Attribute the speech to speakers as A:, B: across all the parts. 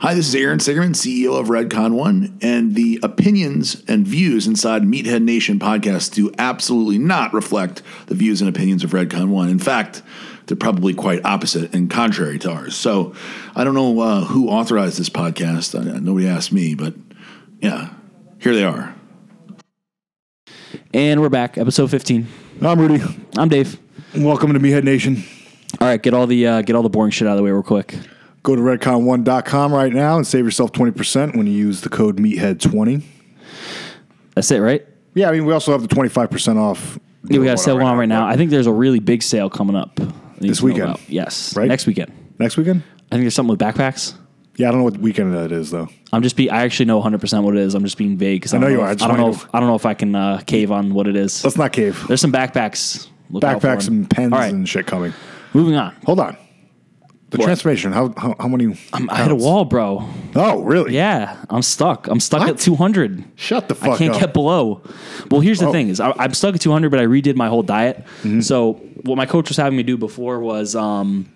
A: Hi, this is Aaron Sigerman, CEO of Redcon One, and the opinions and views inside Meathead Nation podcast do absolutely not reflect the views and opinions of Redcon One. In fact, they're probably quite opposite and contrary to ours. So I don't know uh, who authorized this podcast. Uh, nobody asked me, but yeah, here they are.
B: And we're back, episode 15.
C: I'm Rudy.
B: I'm Dave.
C: Welcome to Meathead Nation.
B: All right, get all the uh, get all the boring shit out of the way real quick.
C: Go to redcon1.com right now and save yourself 20% when you use the code MEATHEAD20.
B: That's it, right?
C: Yeah, I mean, we also have the 25% off.
B: Yeah, we got a sale going on right now. I think there's a really big sale coming up that you
C: This
B: need to know
C: weekend.
B: about. Yes,
C: Right?
B: next weekend.
C: Next weekend?
B: I think there's something with backpacks.
C: Yeah, I don't know what weekend that is, though.
B: I'm just be. I actually know 100 percent what it is. I'm just being vague because I,
C: know
B: don't
C: you are. I
B: If,
C: just
B: I, don't know.
C: wanted to-
B: If, I don't know if I can uh, cave on what it is.
C: Let's not cave.
B: There's some backpacks. Look out for
C: Backpacks
B: them.
C: and pens
B: All right,
C: and shit coming.
B: moving on.
C: Hold on. The
B: What?
C: transformation. How, how, how many?
B: I'm, I hit a
C: pounds?
B: wall, bro.
C: Oh, really?
B: Yeah, I'm stuck. I'm stuck
C: What?
B: at 200.
C: Shut the fuck
B: I can't
C: up. Oh.
B: get below. Well, here's the thing: is I, I'm stuck at 200, but I redid my whole diet.
C: Mm-hmm.
B: So what my coach was having me do before was um,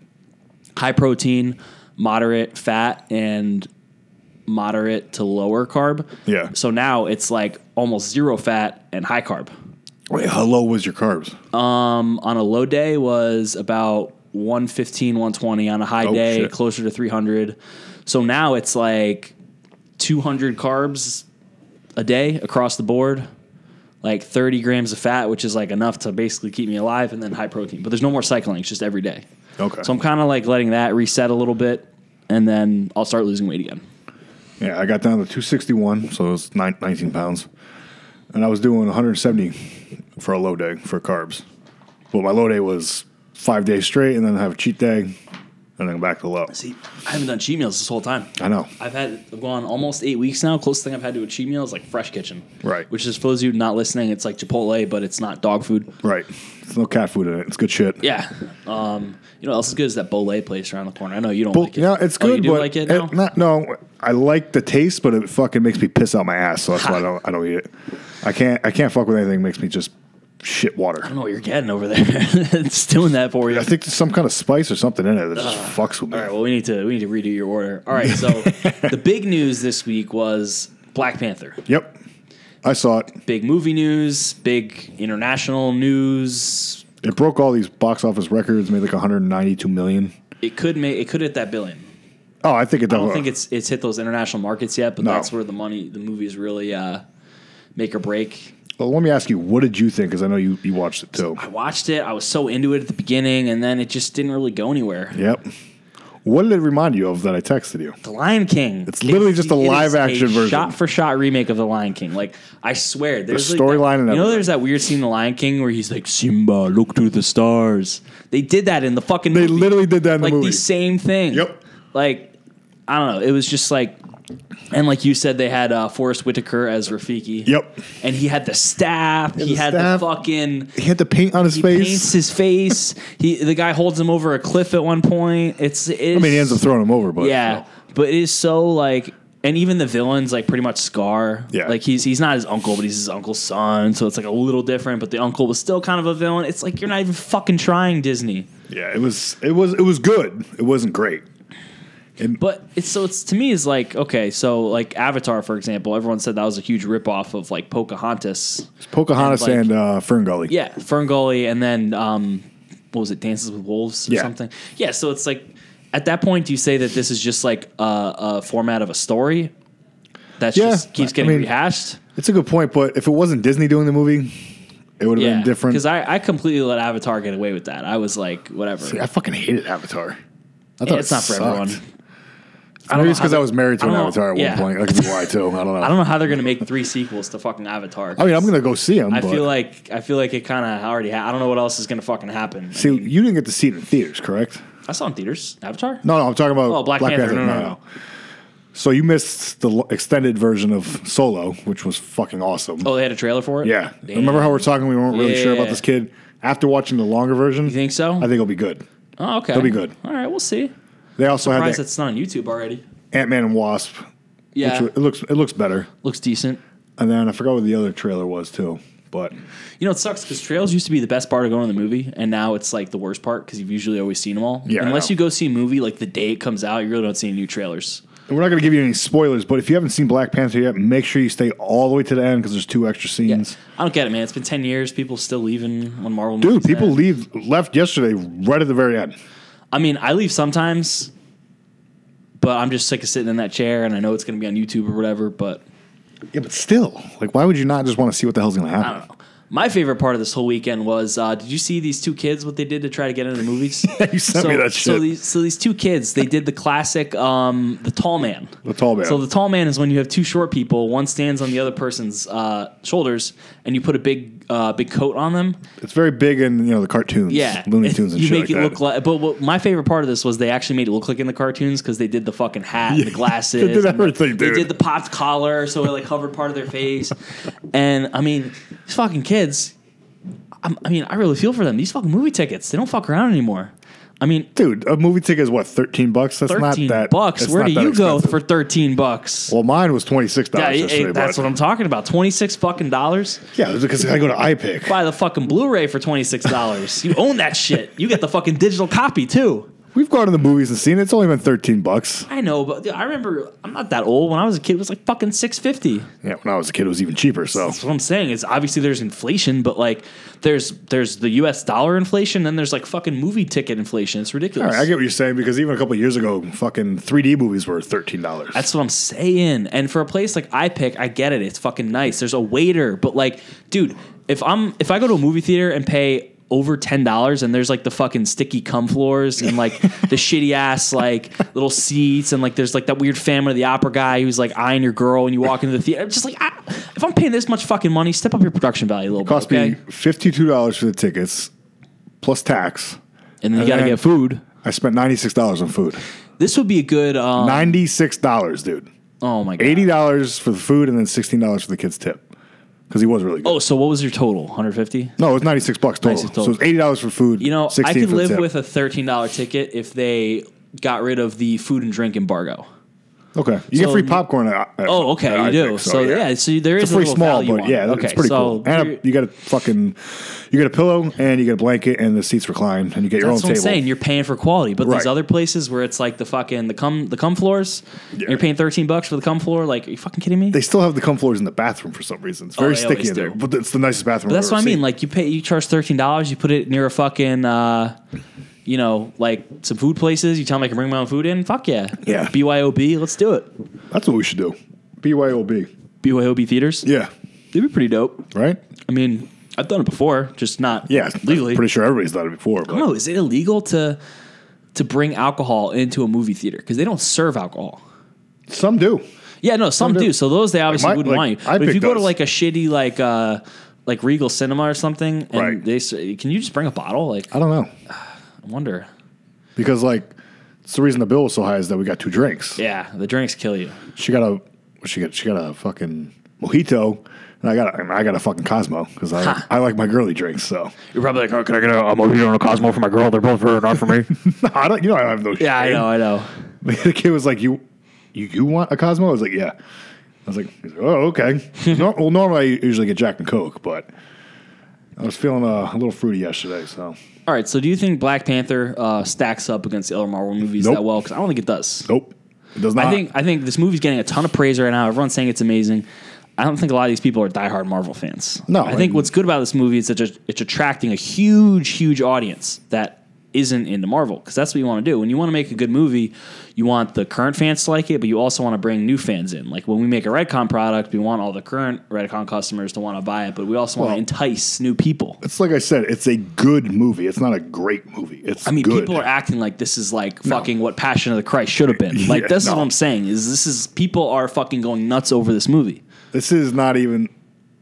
B: high protein, moderate fat, and moderate to lower carb.
C: Yeah.
B: So now it's like almost zero fat and high carb.
C: Wait, how low was your carbs?
B: Uh, On a low day was about 115, 120. On a high
C: Oh,
B: day,
C: shit.
B: closer to 300. So now it's like 200 carbs a day across the board, like 30 grams of fat, which is like enough to basically keep me alive, and then high protein. But there's no more cycling, it's just every day.
C: Okay.
B: So I'm kind of like letting that reset a little bit, and then I'll start losing weight again.
C: Yeah, I got down to 261, so it was nine, 19 pounds. And I was doing 170 for a low day for carbs. But my low day was five days straight, and then I have a cheat day, and then back to low.
B: See, I haven't done cheat meals this whole time.
C: I know.
B: I've had I've gone almost eight weeks now. Closest thing I've had to a cheat meal is like Fresh Kitchen,
C: Right.
B: Which is for those of you not listening, it's like Chipotle, but it's not dog food.
C: Right. There's no cat food in it. It's good shit.
B: Yeah. Um, you know, what else is good is that Bole place around the corner. I know you don't
C: Well,
B: like it.
C: no, it's
B: Oh,
C: good,
B: you do
C: but
B: like it
C: it-
B: now?
C: not- no, I like the taste, but it fucking makes me piss out my ass, so that's why I don't, I don't eat it. I can't, I can't fuck with anything that makes me just shit water.
B: I don't know what you're getting over there. it's doing that for you.
C: I think there's some kind of spice or something in it that just fucks with me.
B: All right. Well, we need to we need to redo your order. All right. So the big news this week was Black Panther.
C: Yep. I saw it.
B: Big movie news. Big international news.
C: It broke all these box office records, made like 192 million.
B: It could make it could hit that billion.
C: Oh, I think it
B: I
C: definitely.
B: don't think it's it's hit those international markets yet, but
C: No.
B: that's where the money the movies really uh, make or break.
C: Well, let me ask you, what did you think? Because I know you, you watched it too.
B: I watched it. I was so into it at the beginning, and then it just didn't really go anywhere.
C: Yep. What did it remind you of that I texted you?
B: The Lion King.
C: It's literally just a
B: it is
C: live-action version.
B: shot for shot remake of The Lion King. Like I swear, there's like
C: storyline and
B: that- You know,
C: everything.
B: there's that weird scene in The Lion King where he's like, "Simba, look to the stars." They did that in the fucking.
C: They
B: movie.
C: literally did that in the
B: like
C: movie.
B: the same thing.
C: Yep.
B: Like I don't know. It was just like, and like you said, they had uh, Forrest Whitaker as Rafiki.
C: Yep.
B: And he had the staff. He
C: the
B: had
C: staff.
B: the fucking.
C: He had the paint on his face.
B: Paints his face. he the guy holds him over a cliff at one point. It's it's
C: I mean, he ends up throwing him over, but
B: yeah, but it is so like, and even the villains like pretty much Scar.
C: Yeah.
B: like he's he's not his uncle, but he's his uncle's son, so it's like a little different. But the uncle was still kind of a villain. It's like you're not even fucking trying, Disney.
C: yeah, it was it was it was good. It wasn't great.
B: But it's so it's to me is like okay, so like Avatar for example, everyone said that was a huge ripoff of like Pocahontas.
C: Pocahontas
B: And, like-
C: and, uh, Fern Gully.
B: Yeah, Ferngully, and then um, what was it, Dances with Wolves or
C: Yeah.
B: something? Yeah. So it's like at that point, do you say that this is just like a, a format of a story that
C: Yeah,
B: just keeps
C: I
B: getting
C: mean,
B: rehashed?
C: it's a good point. But if it wasn't Disney doing the movie, it would have
B: Yeah,
C: been different.
B: Because I, I completely let Avatar get away with that. I was like, whatever.
C: I fucking hated Avatar. I
B: Yeah, it's not for everyone.
C: I Maybe
B: know
C: it's because
B: how
C: I
B: they-
C: was married to
B: I
C: an
B: don't know.
C: Avatar at
B: Yeah.
C: one point. That could be why too. I don't know.
B: I don't know how they're gonna make three sequels to fucking Avatar.
C: I mean, I'm gonna go see him.
B: I
C: but
B: feel like I feel like it kind of already. Ha- I don't know what else is gonna fucking happen. I
C: see,
B: mean,
C: you didn't get to see it in theaters, correct?
B: I saw it in theaters Avatar.
C: No, no, I'm talking about
B: Oh, Black Panther. No, no, no.
C: So you missed the l- extended version of Solo, which was fucking awesome.
B: Oh, they had a trailer for it.
C: yeah,
B: Damn.
C: remember how we're talking? We weren't really sure
B: Yeah.
C: about this kid. After watching the longer version,
B: You think so?
C: I think it'll be good.
B: Oh, okay.
C: It'll be good.
B: All right, we'll see.
C: They also
B: Surprised
C: had
B: it's not on YouTube already.
C: Ant Man and Wasp,
B: Yeah,
C: which wa- it looks it looks better.
B: looks decent.
C: And then I forgot what the other trailer was too, but
B: You know, it sucks because trails used to be the best part of going to the movie, and now it's like the worst part because you've usually always seen them all.
C: Yeah, I
B: Unless
C: know.
B: you go see a movie like the day it comes out, you really don't see any new trailers.
C: We're not going to give you any spoilers, but if you haven't seen Black Panther yet, make sure you stay all the way to the end because there's two extra
B: Yeah.
C: scenes.
B: I don't get it, man. It's been ten years. People still leaving when Marvel.
C: Dude,
B: movies
C: people
B: end.
C: leave left yesterday right at the very end.
B: I mean, I leave sometimes, but I'm just sick of sitting in that chair, and I know it's going to be on YouTube or whatever. But
C: Yeah, but still, like, why would you not just want to see what the hell's going to
B: I
C: happen?
B: don't know. My favorite part of this whole weekend was uh, did you see these two kids what they did to try to get into the movies?
C: You sent
B: so,
C: me that
B: So
C: shit.
B: these, so these two kids, they did the classic um, the tall man.
C: The tall man.
B: So the tall man is when you have two short people, one stands on the other person's uh, shoulders, and you put a big uh, big coat on them.
C: It's very big in you know the cartoons,
B: Yeah,
C: Looney Tunes, and
B: you make
C: shit like
B: it
C: that.
B: look like. But what, my favorite part of this was they actually made it look like in the cartoons because they did the fucking hat, and the
C: Yeah.
B: glasses,
C: They did
B: and
C: everything,
B: They
C: dude.
B: did the popped collar, so it like covered part of their face. and I mean, these fucking kids. I'm, I mean, I really feel for them. These fucking movie tickets, they don't fuck around anymore. I mean,
C: Dude, a movie ticket is what thirteen bucks. That's not
B: thirteen
C: that
B: bucks.
C: it's
B: Where
C: not
B: do
C: that
B: you go
C: expensive.
B: for thirteen bucks?
C: Well, mine was twenty six
B: yeah,
C: dollars.
B: eh, eh, that's what I'm talking about. Twenty six fucking dollars.
C: Yeah, it was because I go to iPick.
B: Buy the fucking Blu-ray for twenty six dollars. you own that shit. You get the fucking digital copy too.
C: We've gone to the movies and seen it. It's only been thirteen bucks.
B: I know, but dude, I remember I'm not that old. When I was a kid, it was like fucking six fifty.
C: Yeah, when I was a kid, it was even cheaper. So
B: That's what I'm saying. Is obviously there's inflation, but like there's there's the U.S. dollar inflation, then there's like fucking movie ticket inflation. It's
C: all
B: ridiculous.
C: right, I get what you're saying because even a couple of years ago, fucking 3D movies were thirteen dollars.
B: That's what I'm saying. And for a place like iPick, I get it. It's fucking nice. There's a waiter, but like, dude, if I'm if I go to a movie theater and pay over ten dollars and there's like the fucking sticky cum floors and like the shitty ass like little seats and like there's like that weird family of the opera guy who's like eyeing your girl and you walk into the theater. I'm just like, I, if I'm paying this much fucking money, step up your production value a little
C: cost
B: bit, okay?
C: me fifty two dollars for the tickets plus tax.
B: and then you
C: and
B: gotta
C: then-
B: get food.
C: I spent ninety six dollars on food.
B: This would be a good. Um,
C: Ninety six dollars, dude.
B: oh my god.
C: Eighty dollars for the food and then sixteen dollars for the kid's tip because he was really good.
B: Oh, so what was your total? 150.
C: No, it was ninety six bucks total.
B: 96 total.
C: So it was eighty dollars for food.
B: You know,
C: 16
B: I
C: for
B: could
C: the
B: live
C: tip.
B: with a thirteen dollar ticket if they got rid of the food and drink embargo.
C: Okay, you
B: So-
C: get free popcorn. At, at-
B: Oh, okay,
C: at
B: you
C: iPick,
B: do. so, yeah. so there is
C: It's pretty
B: a little
C: small,
B: value
C: but
B: on
C: yeah,
B: it.
C: it's pretty
B: so
C: cool. And a,
B: you're-
C: you got a fucking, you get a pillow and you get a blanket and the seats recline and you get your own
B: that's what I'm
C: table.
B: saying. You're paying for quality, but these
C: Right.
B: other places where it's like the fucking the cum the cum floors, and you're paying thirteen bucks for the cum floor. Like, are you fucking kidding me?
C: They still have the cum floors in the bathroom for some reason. It's very
B: Oh, they
C: sticky
B: always
C: in there,
B: do.
C: but it's the nicest bathroom.
B: But that's
C: I've
B: what I
C: ever
B: mean.
C: seen.
B: Like you pay, you charge thirteen dollars. You put it near a fucking, uh, you know, like some food places. You tell them I can bring my own food in. Fuck yeah,
C: Yeah.
B: BYOB, let's do it.
C: that's what we should do. BYOB.
B: BYOB theaters.
C: Yeah.
B: They'd be pretty dope.
C: Right.
B: I mean, I've done it before, just not
C: Yeah.
B: legally.
C: Pretty sure everybody's done it before. But
B: no, is it illegal to to bring alcohol into a movie theater because they don't serve alcohol?
C: some do.
B: Yeah, no, some,
C: Some
B: do.
C: do.
B: So those they obviously
C: my-
B: wouldn't
C: like,
B: want you.
C: I
B: but if
C: picked
B: you go to
C: those.
B: like a shitty like uh like Regal Cinema or something, and
C: Right.
B: they say, can you just bring a bottle? Like
C: I don't know
B: I wonder.
C: because like it's the reason the bill was so high is that we got two drinks.
B: Yeah, the drinks kill you.
C: She got a what she got she got a fucking mojito, and I got a, and I got a fucking Cosmo because I I like my girly drinks. So
B: You're probably like, okay.
D: Can I get a, a mojito and a Cosmo for my girl? They're both very not for me.
C: no, I don't. You know I don't have those.
B: Yeah, I know, I know.
C: The kid was like, "You you you want a Cosmo?" I was like, "Yeah." I was like, he's like, "Oh, okay." no, well, normally I usually get Jack and Coke, but I was feeling uh, a little fruity yesterday, so
B: All right, so do you think Black Panther uh, stacks up against the other Marvel movies
C: Nope.
B: that well? Because I don't think it does.
C: nope, it does not.
B: I think I think this movie's getting a ton of praise right now. Everyone's saying it's amazing. I don't think a lot of these people are diehard Marvel fans.
C: No,
B: I think
C: and-
B: what's good about this movie is that it's it's attracting a huge, huge audience that isn't into Marvel because that's what you want to do. When you want to make a good movie, you want the current fans to like it, but you also want to bring new fans in. Like when we make a Redcon product, we want all the current Redcon customers to want to buy it, but we also want
C: Well-
B: to entice new people.
C: it's like I said, it's a good movie. It's not a great movie. It's
B: I mean,
C: good.
B: people are acting like this is like fucking what Passion of the Christ should have been. Like
C: Yeah,
B: this is
C: no.
B: what I'm saying is this is people are fucking going nuts over this movie.
C: this is not even.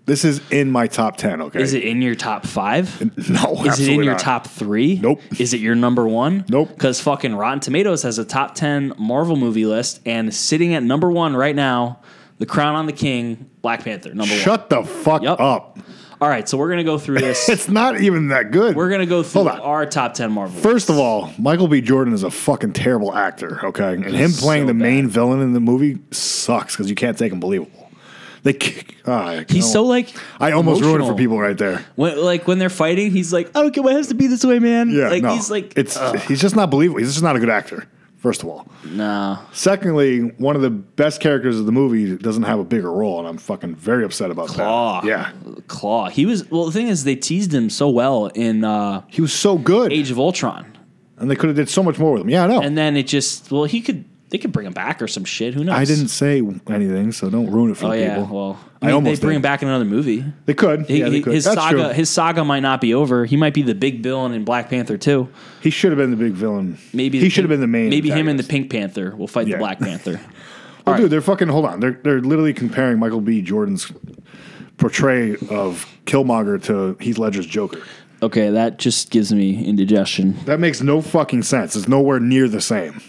C: This is in my top ten. Okay,
B: Is it in your top five?
C: No,
B: Is it in
C: absolutely
B: your
C: not.
B: top three?
C: Nope.
B: Is it your number one?
C: Nope.
B: Because fucking Rotten Tomatoes has a top 10 Marvel movie list, and sitting at number one right now, The Crown on the King, Black Panther, number
C: Shut the fuck
B: Yup.
C: up.
B: one. All right, so we're going to go through this.
C: It's not even that good.
B: we're going to go through
C: Hold on.
B: our top 10 Marvel.
C: First of all, Michael B. Jordan is a fucking terrible actor, okay? And him
B: so
C: playing the
B: bad.
C: main villain in the movie sucks because you can't take him believable. They kick. ah, I
B: He's so
C: know.
B: like.
C: I almost ruined it
B: emotional.
C: for people right there.
B: When, like when they're fighting, he's like, I don't care why it has to be this way, man.
C: Yeah,
B: like
C: no.
B: he's like,
C: it's he's just not believable. He's just not a good actor. First of all,
B: Nah.
C: secondly, one of the best characters of the movie doesn't have a bigger role, and I'm fucking very upset about
B: Claw.
C: that. Yeah,
B: Claw. He was well. The thing is, they teased him so well in uh,
C: he was so good,
B: Age of Ultron,
C: and they could have did so much more with him. Yeah, I know.
B: and then it just well, he could they could bring him back or some shit. Who knows?
C: I didn't say anything, so don't ruin it for
B: Oh
C: the
B: yeah.
C: people.
B: Well,
C: I
B: I mean,
C: almost
B: they bring
C: did.
B: him back in another movie.
C: They could.
B: He-
C: yeah, they
B: he-
C: could.
B: his
C: That's
B: saga,
C: true.
B: his saga might not be over. He might be the big villain in Black Panther too.
C: he should have been the big villain.
B: Maybe
C: he
B: the
C: should have
B: Pink-
C: been the main.
B: Maybe him and the
C: antagonist.
B: Pink Panther will fight
C: Yeah.
B: the Black Panther.
C: Well,
B: All
C: dude, they're fucking. Hold on, they're they're literally comparing Michael B. Jordan's portray of Killmonger to Heath Ledger's Joker.
B: okay, that just gives me indigestion.
C: That makes no fucking sense. It's nowhere near the same.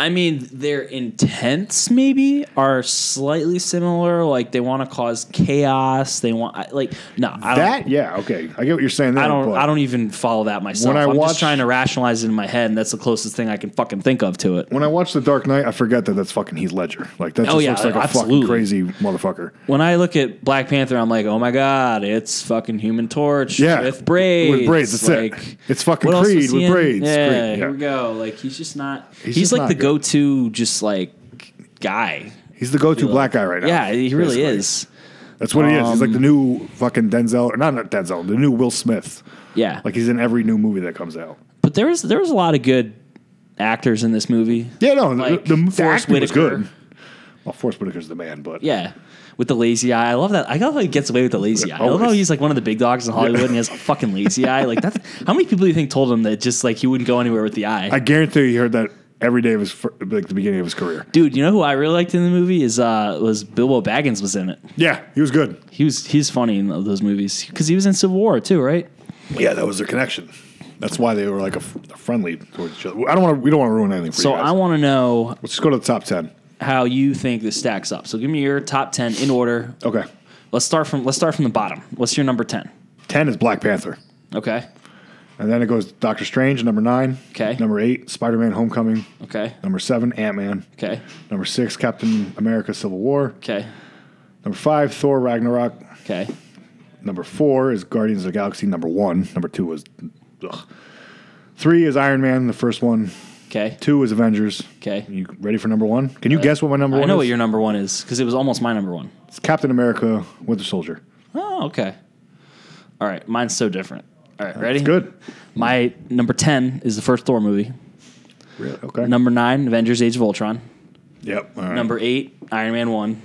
B: I mean, their intents maybe are slightly similar. Like they want to cause chaos. They want I- like no. I don't,
C: That yeah, okay. I get what you're saying. There,
B: I don't.
C: but
B: I don't even follow that myself.
C: When I
B: I'm
C: watch-
B: just trying to rationalize it in my head, and that's the closest thing I can fucking think of to it.
C: When I watch The Dark Knight, I forget that that's fucking Heath Ledger. Like that just
B: Oh, yeah,
C: looks like a fucking
B: absolutely.
C: crazy motherfucker.
B: When I look at Black Panther, I'm like, oh my god, it's fucking Human Torch
C: Yeah,
B: with braids.
C: with braids, that's it. It's fucking
B: what else
C: Creed
B: was he
C: with
B: in?
C: braids.
B: Yeah,
C: Creed, yeah.
B: here we go. Like he's just not. He's,
C: just
B: like
C: not
B: the
C: good.
B: go-to, just like guy.
C: He's the go-to black guy right now.
B: yeah, he really
C: basically.
B: is. Um,
C: That's what he is. He's like the new fucking Denzel, or not Denzel, the new Will Smith.
B: Yeah,
C: Like he's in every new movie that comes out.
B: But there was there was a lot of good actors in this movie.
C: Yeah, no,
B: Like
C: the, the, the
B: Forrest
C: acting was
B: Whitaker.
C: good. Well, Forrest Whitaker's the man, but
B: Yeah. With the lazy eye. I love that. I love how he gets away with the lazy eye. I love how
C: Always.
B: he's like one of the big dogs in Hollywood and he has a fucking lazy eye. Like that's how many people do you think told him that just like he wouldn't go anywhere with the eye?
C: I guarantee you he heard that every day of his fir- like the beginning of his career.
B: Dude, you know who I really liked in the movie is uh was Bilbo Baggins was in it.
C: Yeah, he was good.
B: He was he's funny in those movies because he was in Civil War too, right?
C: Yeah, that was their connection. That's why they were like a, f- a friendly towards each other. I don't want to. We don't want to ruin anything for
B: So
C: you guys.
B: I want to know
C: Let's just go to the top ten.
B: how you think this stacks up. So give me your top ten in order.
C: Okay,
B: Let's start from let's start from the bottom. What's your number ten?
C: ten is Black Panther,
B: Okay,
C: and then it goes Doctor Strange number nine.
B: Okay.
C: Number eight, Spider Man Homecoming.
B: okay,
C: Number seven, Ant Man.
B: okay,
C: Number six, Captain America: Civil War.
B: okay,
C: Number five, Thor: Ragnarok.
B: okay.
C: Number four is Guardians of the Galaxy. Number one. Number two was, ugh. three is Iron Man. The first one.
B: Okay.
C: Two is Avengers.
B: Okay. Uh,
C: You ready for number one? Can you guess what my number
B: I
C: one
B: know
C: is?
B: what your number one is because it was almost my number one.
C: It's Captain America: Winter Soldier.
B: Oh, okay. All right. Mine's so different. All right. Ready?
C: Good.
B: My number 10 is the first Thor movie.
C: Really? Okay.
B: Number nine, Avengers Age of Ultron.
C: yep. all right.
B: Number eight, Iron Man 1.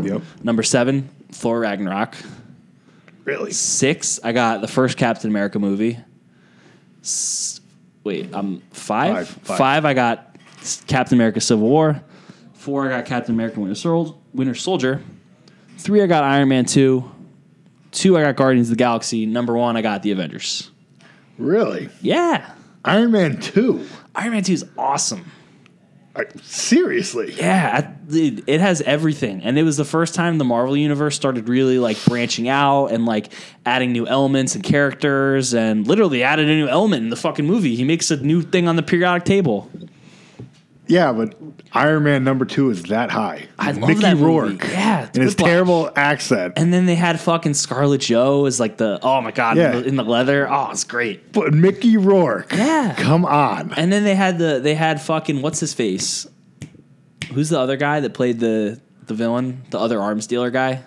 C: Yep.
B: Number seven, Thor Ragnarok.
C: Really?
B: Six, I got the first Captain America movie. S- wait, um, five?
C: Five, five.
B: I got s- Captain America Civil War. Four, I got Captain America Winter, Sol- Winter Soldier. Three, I got Iron Man 2. Two, I got Guardians of the Galaxy. Number one, I got The Avengers.
C: Really?
B: Yeah.
C: Iron Man Two?
B: Iron Man 2 is awesome.
C: I, seriously?
B: Yeah, I- dude, it has everything, and it was the first time the Marvel universe started really like branching out and like adding new elements and characters, and literally added a new element in the fucking movie. He makes a new thing on the periodic table.
C: Yeah, but Iron Man number two is that high.
B: I love that movie. Yeah, it's
C: and his
B: Whiplash.
C: terrible accent.
B: And then they had fucking Scarlet Joe as like the oh my god
C: Yeah.
B: in, the, in the leather. Oh, it's great.
C: But Mickey Rourke.
B: Yeah.
C: Come on.
B: And then they had the they had fucking what's his face? Who's the other guy that played the the villain? The other arms dealer guy.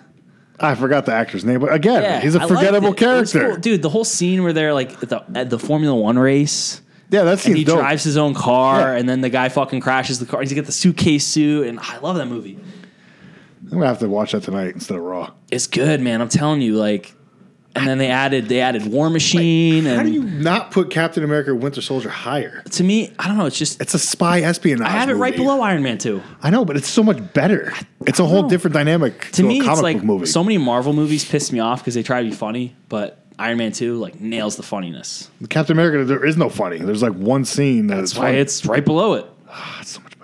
C: I forgot the actor's name, but again,
B: Yeah,
C: he's a
B: I liked
C: forgettable
B: it. It was
C: character.
B: cool. dude. The whole scene where they're like at the, at the Formula One race,
C: Yeah, that
B: and
C: seems
B: he
C: dope.
B: drives his own car,
C: Yeah.
B: and then the guy fucking crashes the car. He's got the suitcase suit, and I love that movie.
C: I'm gonna have to watch that tonight instead of Raw.
B: It's good, man. I'm telling you, like. And then they added they added War Machine,
C: How
B: and
C: do you not put Captain America Winter Soldier higher?
B: to me, I don't know. It's just
C: It's a spy espionage.
B: I have it right
C: movie.
B: below Iron Man two.
C: I know, but it's so much better. It's a whole
B: know.
C: different dynamic to,
B: To me,
C: a comic
B: it's like
C: book movie.
B: so many Marvel movies piss me off because they try to be funny, but Iron Man two like nails the funniness.
C: Captain America, there is no funny. There's like one scene that
B: That's
C: is
B: why
C: funny.
B: it's right below it.
C: Ah, it's so much better.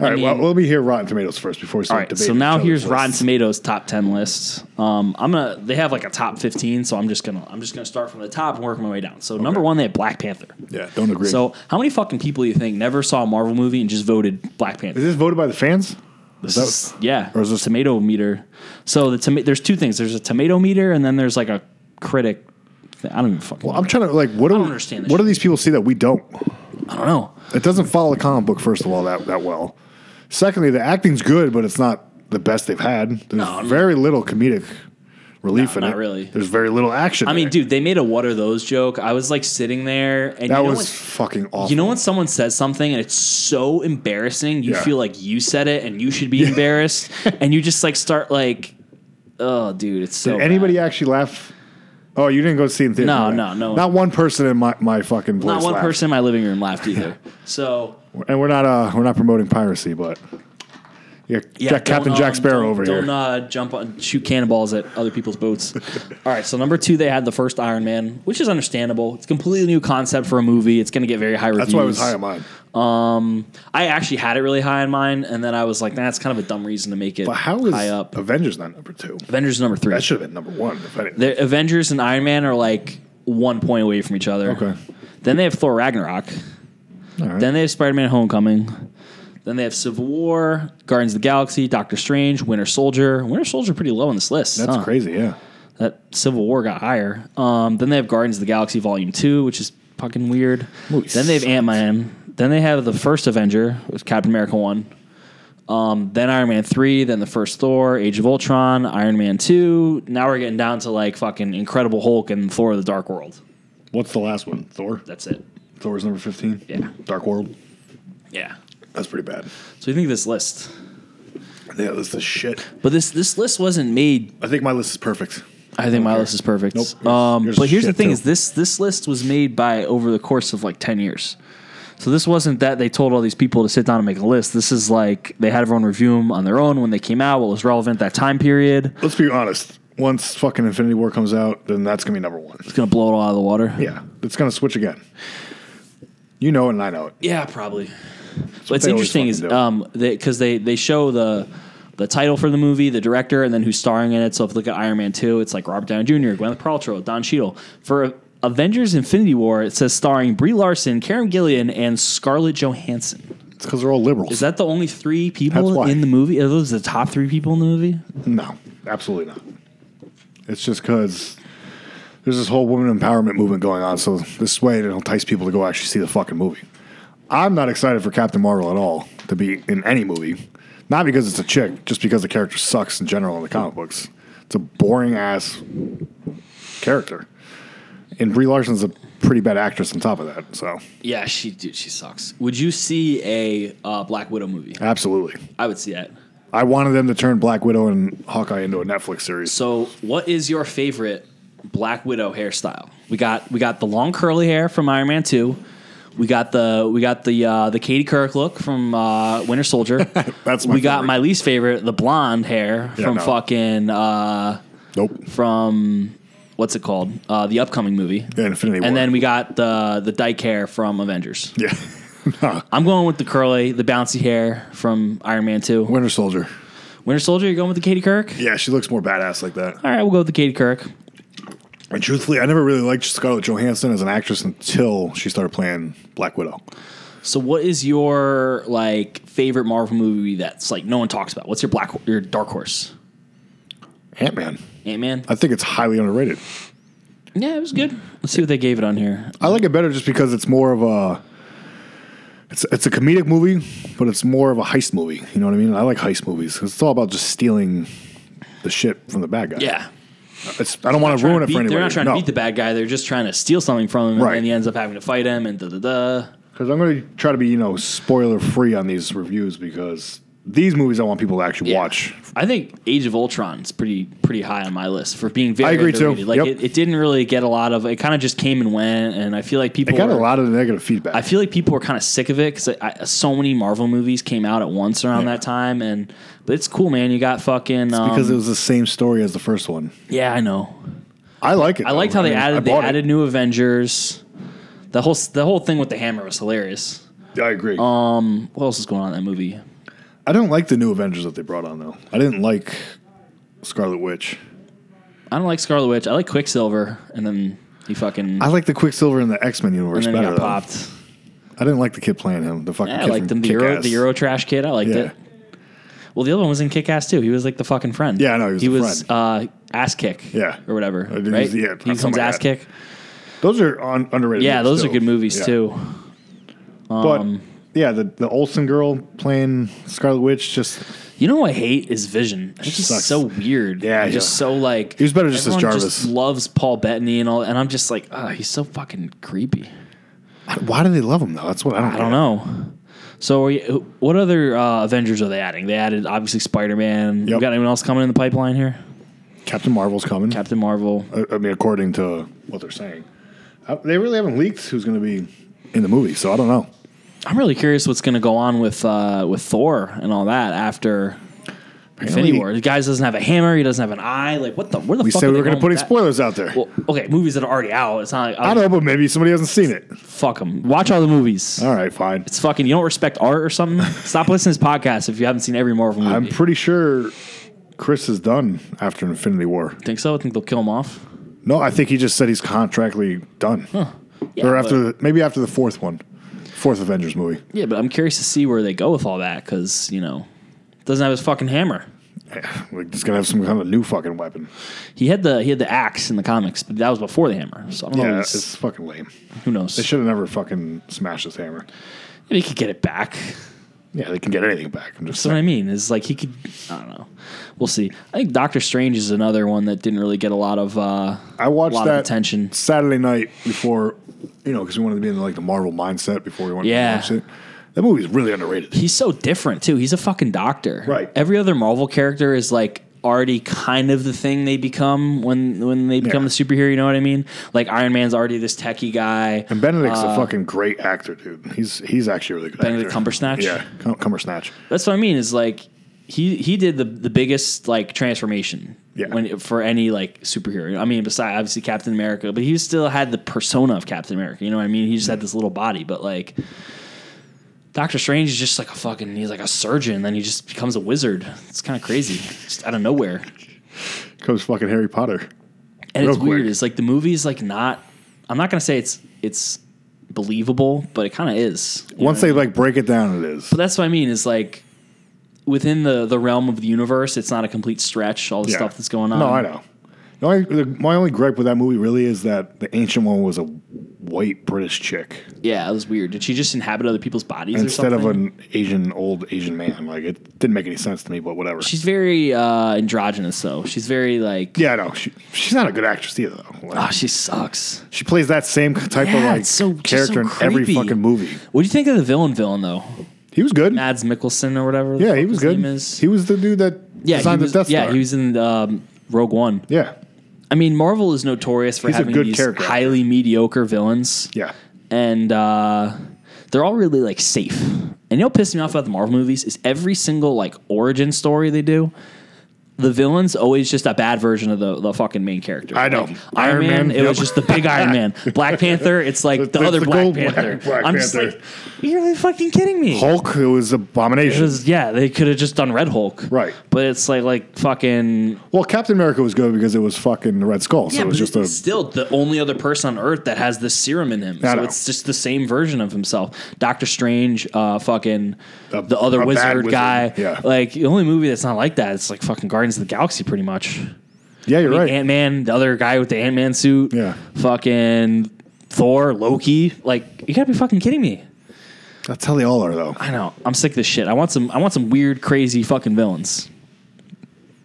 C: All right,
B: mean-
C: well, let me hear Rotten Tomatoes first before we
B: All
C: start
B: right,
C: debating.
B: so
C: each
B: now
C: other's
B: here's Rotten
C: lists.
B: Tomatoes top ten lists. Um, I'm gonna they have like a top fifteen, so I'm just gonna I'm just gonna start from the top and work my way down. So number one, they have Black Panther.
C: Yeah, don't agree.
B: So how many fucking people do you think never saw a Marvel movie and just voted Black
C: is
B: Panther?
C: this voted by the fans?
B: This
C: that-
B: is- yeah,
C: or is this-
B: tomato meter? So the toma- there's two things. There's a tomato meter, and then there's like a critic. Thing. I don't even fucking.
C: Well, I'm trying to like what do
B: I don't
C: we-
B: understand this
C: What do these people see that we don't?
B: I don't know.
C: It doesn't follow the comic book, first of all, that, that well. Secondly, the acting's good, but it's not the best they've had. There's very little comedic relief
B: No,
C: in it.
B: not really.
C: There's very little action.
B: I mean,
C: in it.
B: dude, they made a what are those joke. I was like sitting there, and
C: that
B: you know
C: was
B: what-
C: fucking awful.
B: You know when someone says something and it's so embarrassing, you
C: Yeah.
B: feel like you said it and you should be embarrassed, and you just like start like, oh, dude, it's so.
C: Did anybody
B: bad."
C: actually laugh? Oh, you didn't go see it in theater.
B: No,
C: right?
B: no, no.
C: Not one person in my, my fucking place.
B: Not one
C: laughed.
B: person in my living room laughed either. So
C: And we're not uh we're not promoting piracy, but yeah,
B: yeah,
C: Jack- Captain
B: don't,
C: Jack
B: um,
C: Sparrow
B: don't-
C: over
B: don't,
C: here.
B: uh, jump on, shoot cannonballs at other people's boats. All right, so number two, they had the first Iron Man, which is understandable. It's a completely new concept for a movie. It's going to get very high reviews.
C: That's why it was high on mine.
B: I actually had it really high in mine, and then I was like, that's kind of a dumb reason to make it
C: But how is
B: high up.
C: Avengers not number two?
B: Avengers number three.
C: That should have been number one. If I didn't.
B: The Avengers and Iron Man are like one point away from each other.
C: Okay.
B: Then they have Thor Ragnarok.
C: All right.
B: Then they have Spider Man Homecoming. Then they have Civil War, Guardians of the Galaxy, Doctor Strange, Winter Soldier. Winter Soldier pretty low on this list.
C: That's
B: huh?
C: crazy. Yeah.
B: That Civil War got higher. Um, then they have Guardians of the Galaxy Volume Two, which is fucking weird.
C: Movie
B: then they have
C: sucks.
B: Ant Man. Then they have the first Avenger, it was Captain America One. Um, then Iron Man Three. Then the first Thor, Age of Ultron, Iron Man Two. Now we're getting down to like fucking Incredible Hulk and Thor: of The Dark World.
C: What's the last one? Thor.
B: That's it.
C: Thor's number fifteen.
B: Yeah.
C: Dark World.
B: Yeah.
C: That's pretty bad.
B: So you think of this list,
C: Yeah, this is shit.
B: but this this list wasn't made
C: I think my list is perfect.
B: I think my list is perfect.
C: Nope. Yours-
B: Um,
C: yours
B: but
C: is
B: here's the
C: shit,
B: thing:
C: too.
B: is this this list was made by over the course of like ten years. So this wasn't that they told all these people to sit down and make a list. This is like they had everyone review them on their own when they came out, what was relevant that time period.
C: Let's be honest. Once fucking Infinity War comes out, then that's gonna be number one.
B: It's gonna blow it all out of the water.
C: Yeah, it's gonna switch again. You know it, and I know it.
B: Yeah, probably. What's
C: they always
B: interesting
C: fucking
B: is
C: do.
B: um because they, they show the the title for the movie, the director, and then who's starring in it. So if you look at Iron Man two, it's like Robert Downey Jr., Gwyneth Paltrow, Don Cheadle. For Avengers: Infinity War, it says starring Brie Larson, Karen Gillian, and Scarlett Johansson.
C: It's because they're all liberals.
B: Is that the only three
C: That's
B: people
C: why.
B: in the movie? Are those the top three people in the movie?
C: No, absolutely not. It's just because there's this whole woman empowerment movement going on. So this way, it'll entice people to go actually see the fucking movie. I'm not excited for Captain Marvel at all to be in any movie. Not because it's a chick, just because the character sucks in general in the comic books. It's a boring ass character. And Brie Larson's a pretty bad actress on top of that. So,
B: Yeah, she dude, she sucks. Would you see a uh, Black Widow movie?
C: absolutely.
B: I would see that.
C: I wanted them to turn Black Widow and Hawkeye into a Netflix series.
B: So, what is your favorite Black Widow hairstyle? We got we got the long curly hair from Iron Man Two. We got the we got the uh, the Katie Kirk look from uh, Winter Soldier.
C: That's my
B: we got
C: favorite.
B: my least favorite, the blonde hair
C: Yeah,
B: from
C: no.
B: fucking uh,
C: nope.
B: from what's it called? Uh, the upcoming movie.
C: Yeah, Infinity War.
B: And then we got the the dyke hair from Avengers.
C: Yeah. No.
B: I'm going with the curly, the bouncy hair from Iron Man Two.
C: Winter Soldier.
B: Winter Soldier, you're going with the Katie Kirk.
C: Yeah, she looks more badass like that.
B: All right, we'll go with the Katie Kirk.
C: And truthfully, I never really liked Scarlett Johansson as an actress until she started playing Black Widow.
B: So, what is your like favorite Marvel movie that's like no one talks about? What's your black your dark horse?
C: Ant Man.
B: Ant Man.
C: I think it's highly underrated.
B: Yeah, it was good. Let's see what they gave it on here.
C: I like it better just because it's more of a it's it's a comedic movie, but it's more of a heist movie. You know what I mean? I like heist movies 'cause it's all about just stealing the shit from the bad guy.
B: Yeah,
C: It's, I don't want to ruin it
B: Beat-
C: for anybody.
B: they're not trying
C: No.
B: to beat the bad guy. They're just trying to steal something from him,
C: Right.
B: and then he ends up having to fight him. And da da da.
C: Because I'm going to try to be, you know, spoiler free on these reviews because these movies I want people to actually
B: Yeah.
C: watch.
B: I think Age of Ultron is pretty pretty high on my list for being very.
C: I agree, too.
B: underrated. Like
C: Yep.
B: it, it didn't really get a lot of. It kind of just came and went, and I feel like people
C: I got a
B: were-
C: lot of negative feedback.
B: I feel like people were kind of sick of it because so many Marvel movies came out at once around that time, and but it's cool, man. You got fucking um,
C: because it was the same story as the first one.
B: yeah, I know.
C: I like it.
B: I liked how they added they
C: bought
B: added
C: It.
B: new Avengers. The whole s- the whole thing with the hammer was hilarious.
C: I agree.
B: um, What else is going on in that movie?
C: I don't like the new Avengers that they brought on though. I didn't like Scarlet Witch.
B: I don't like Scarlet Witch. I like Quicksilver, and then he fucking
C: I like the Quicksilver in the X Men universe
B: and then he
C: better.
B: got
C: though.
B: popped.
C: I didn't like the kid playing him. The fucking
B: Yeah, I
C: kid
B: liked
C: from
B: him. The Euro
C: Kick-Ass.
B: the Euro trash kid. I liked
C: Yeah.
B: it. Well, the other one was in Kick Ass too. He was like the fucking friend.
C: Yeah, I know, he was
B: he
C: the
B: was
C: friend.
B: uh, ass kick.
C: Yeah.
B: or whatever.
C: I did-
B: Right?
C: yeah,
B: he
C: something
B: becomes
C: like
B: ass
C: that.
B: kick.
C: Those are on, underrated.
B: Yeah,
C: movies,
B: those
C: too.
B: are good movies
C: Yeah.
B: too. Um,
C: but yeah, the the Olsen girl playing Scarlet Witch just
B: You know, what I hate is Vision. I think he's
C: Sucks.
B: so weird.
C: Yeah,
B: And just
C: yeah.
B: so like
C: He was better just as
B: everyone
C: Jarvis.
B: loves Paul Bettany and all, and I'm just like, ah, he's so fucking creepy.
C: why do they love him though? That's what I don't.
B: I don't know. So, are you, what other uh, Avengers are they adding? They added obviously Spider Man. You
C: Yep.
B: got anyone else coming in the pipeline here?
C: Captain Marvel's coming.
B: Captain Marvel.
C: I, I mean, according to what they're saying, I, they really haven't leaked who's going to be in the movie. So I don't know.
B: I'm really curious what's going to go on with uh, with Thor and all that after Infinity
C: Apparently-
B: War. The guy doesn't have a hammer. He doesn't have an eye. Like what the? Where the
C: We
B: fuck
C: said
B: are
C: we
B: they
C: were going to put
B: with
C: any
B: that?
C: spoilers out there.
B: Well, okay, movies that are already out. It's not. Like, oh,
C: I don't know, but maybe somebody hasn't seen it.
B: Fuck them. Watch all the movies.
C: All right, fine.
B: It's fucking. You don't respect art or something. Stop listening to this podcast if you haven't seen every Marvel movie.
C: I'm pretty sure Chris is done after Infinity War.
B: think so. I think they'll kill him off.
C: No, I think he just said he's contractually done, or
B: but-
C: after the, maybe after the fourth one, fourth Avengers movie.
B: Yeah, but I'm curious to see where they go with all that because you know doesn't have his fucking hammer.
C: Like, he's gonna have some kind of new fucking weapon.
B: He had the he had the axe in the comics, but that was before the hammer. So I don't know.
C: Yeah,
B: if he's-
C: it's fucking lame.
B: Who knows?
C: They should have never fucking smashed his hammer.
B: Maybe he could get it back.
C: Yeah, they can get anything back. I'm just
B: That's what
C: saying.
B: I mean. Is like he could. I don't know. We'll see. I think Doctor Strange is another one that didn't really get a lot of. Uh,
C: I watched
B: a lot
C: that
B: of attention.
C: Saturday night before, you know, because we wanted to be in like the Marvel mindset before we went
B: Yeah.
C: to watch it. That movie's really underrated.
B: He's so different too. He's a fucking doctor.
C: Right.
B: Every other Marvel character is like already kind of the thing they become when when they become
C: Yeah.
B: the superhero. You know what I mean? Like Iron Man's already this techie guy.
C: And Benedict's a fucking great actor, dude. He's he's actually a really good.
B: Uh, Benedict
C: actor.
B: Cumberbatch?
C: Yeah, Cum- Cumbersnatch.
B: That's what I mean. Is like he he did the the biggest like transformation.
C: Yeah.
B: When for any like superhero, I mean, besides obviously Captain America, but he still had the persona of Captain America. You know what I mean? He just had this little body, but like Doctor Strange is just like a fucking. He's like a surgeon, then he just becomes a wizard. It's kind of crazy, just out of nowhere.
C: Comes fucking Harry Potter.
B: And
C: Real
B: it's weird.
C: quick.
B: It's like the movie's like not. I'm not gonna say it's it's believable, but it kind of is. You know
C: Once
B: what I
C: they like break it down, it is.
B: But that's what I mean. Is like within the the realm of the universe, it's not a complete stretch. All the
C: Yeah.
B: stuff that's going on.
C: No, I know. The only, the, my only gripe with that movie really is that the ancient one was a white British chick
B: Yeah, it was weird. Did she just inhabit other people's bodies
C: instead
B: or
C: of
B: something?
C: an Asian old Asian man. Like it didn't make any sense to me, but whatever.
B: She's very uh, androgynous, though. She's very like.
C: yeah, I know. She, she's not a good actress either. Though. Like,
B: Oh, she sucks.
C: She plays that same type
B: Yeah,
C: of like
B: it's so- she's so
C: character in every
B: creepy.
C: fucking movie.
B: What do you think of the villain? Villain though,
C: He was good.
B: Mads Mikkelsen or whatever. the
C: yeah,
B: fuck
C: he was
B: his
C: good.
B: name is.
C: He was the dude that
B: yeah, he
C: designed
B: was,
C: the Death
B: yeah,
C: Star.
B: he was in um, Rogue One.
C: yeah,
B: I mean, Marvel is notorious for
C: He's a
B: having
C: good
B: these
C: character.
B: highly mediocre villains.
C: yeah.
B: and uh, they're all really like safe. And you know what pissed me off about the Marvel movies is every single like origin story they do, the villain's always just a bad version of the, the fucking main character.
C: I know.
B: Like, Iron,
C: Iron
B: Man,
C: Man,
B: it was
C: yep.
B: just the big Iron Man. Black Panther, it's like the,
C: It's
B: other
C: the
B: Black
C: gold
B: Panther.
C: Black- Black
B: I'm just
C: Panther.
B: like, you're really fucking kidding me.
C: Hulk. It was
B: It
C: Abomination.
B: was- yeah, they could have just done Red Hulk.
C: Right.
B: But it's like like fucking
C: well, Captain America was good because it was fucking the Red Skull. So
B: yeah,
C: it was
B: but
C: just a
B: it's still the only other person on Earth that has this serum in him.
C: I
B: So
C: know.
B: it's just the same version of himself. Doctor Strange, uh, fucking the other
C: a bad
B: wizard,
C: wizard,
B: guy.
C: yeah.
B: Like the only movie that's not like that. It's like fucking Guardians of the Galaxy, pretty much.
C: yeah. You're right.
B: Ant Man, the other guy with the Ant Man suit.
C: Yeah.
B: Fucking Thor, Loki. Like you gotta be fucking kidding me.
C: That's how they all are though.
B: I know. I'm sick of this shit. I want some. I want some weird, crazy fucking villains.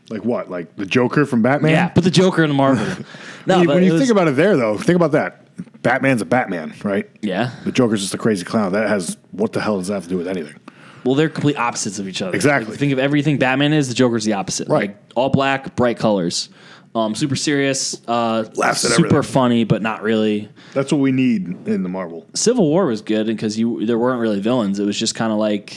C: Like what? Like the Joker from Batman.
B: Yeah. Put the Joker in the Marvel. no,
C: When you,
B: but
C: when
B: it
C: you
B: was-
C: think about it, there though, think about that. Batman's a Batman, right?
B: yeah.
C: The Joker's just a crazy clown. That has what the hell does that have to do with anything?
B: Well, they're complete opposites of each other.
C: Exactly.
B: Like, think of everything Batman is. The Joker's the opposite.
C: Right.
B: Like, all black, bright colors, um, super serious, uh,
C: Laughs at
B: super
C: everything.
B: funny, but not really.
C: That's what we need in the Marvel.
B: Civil War was good because you there weren't really villains. It was just kind of like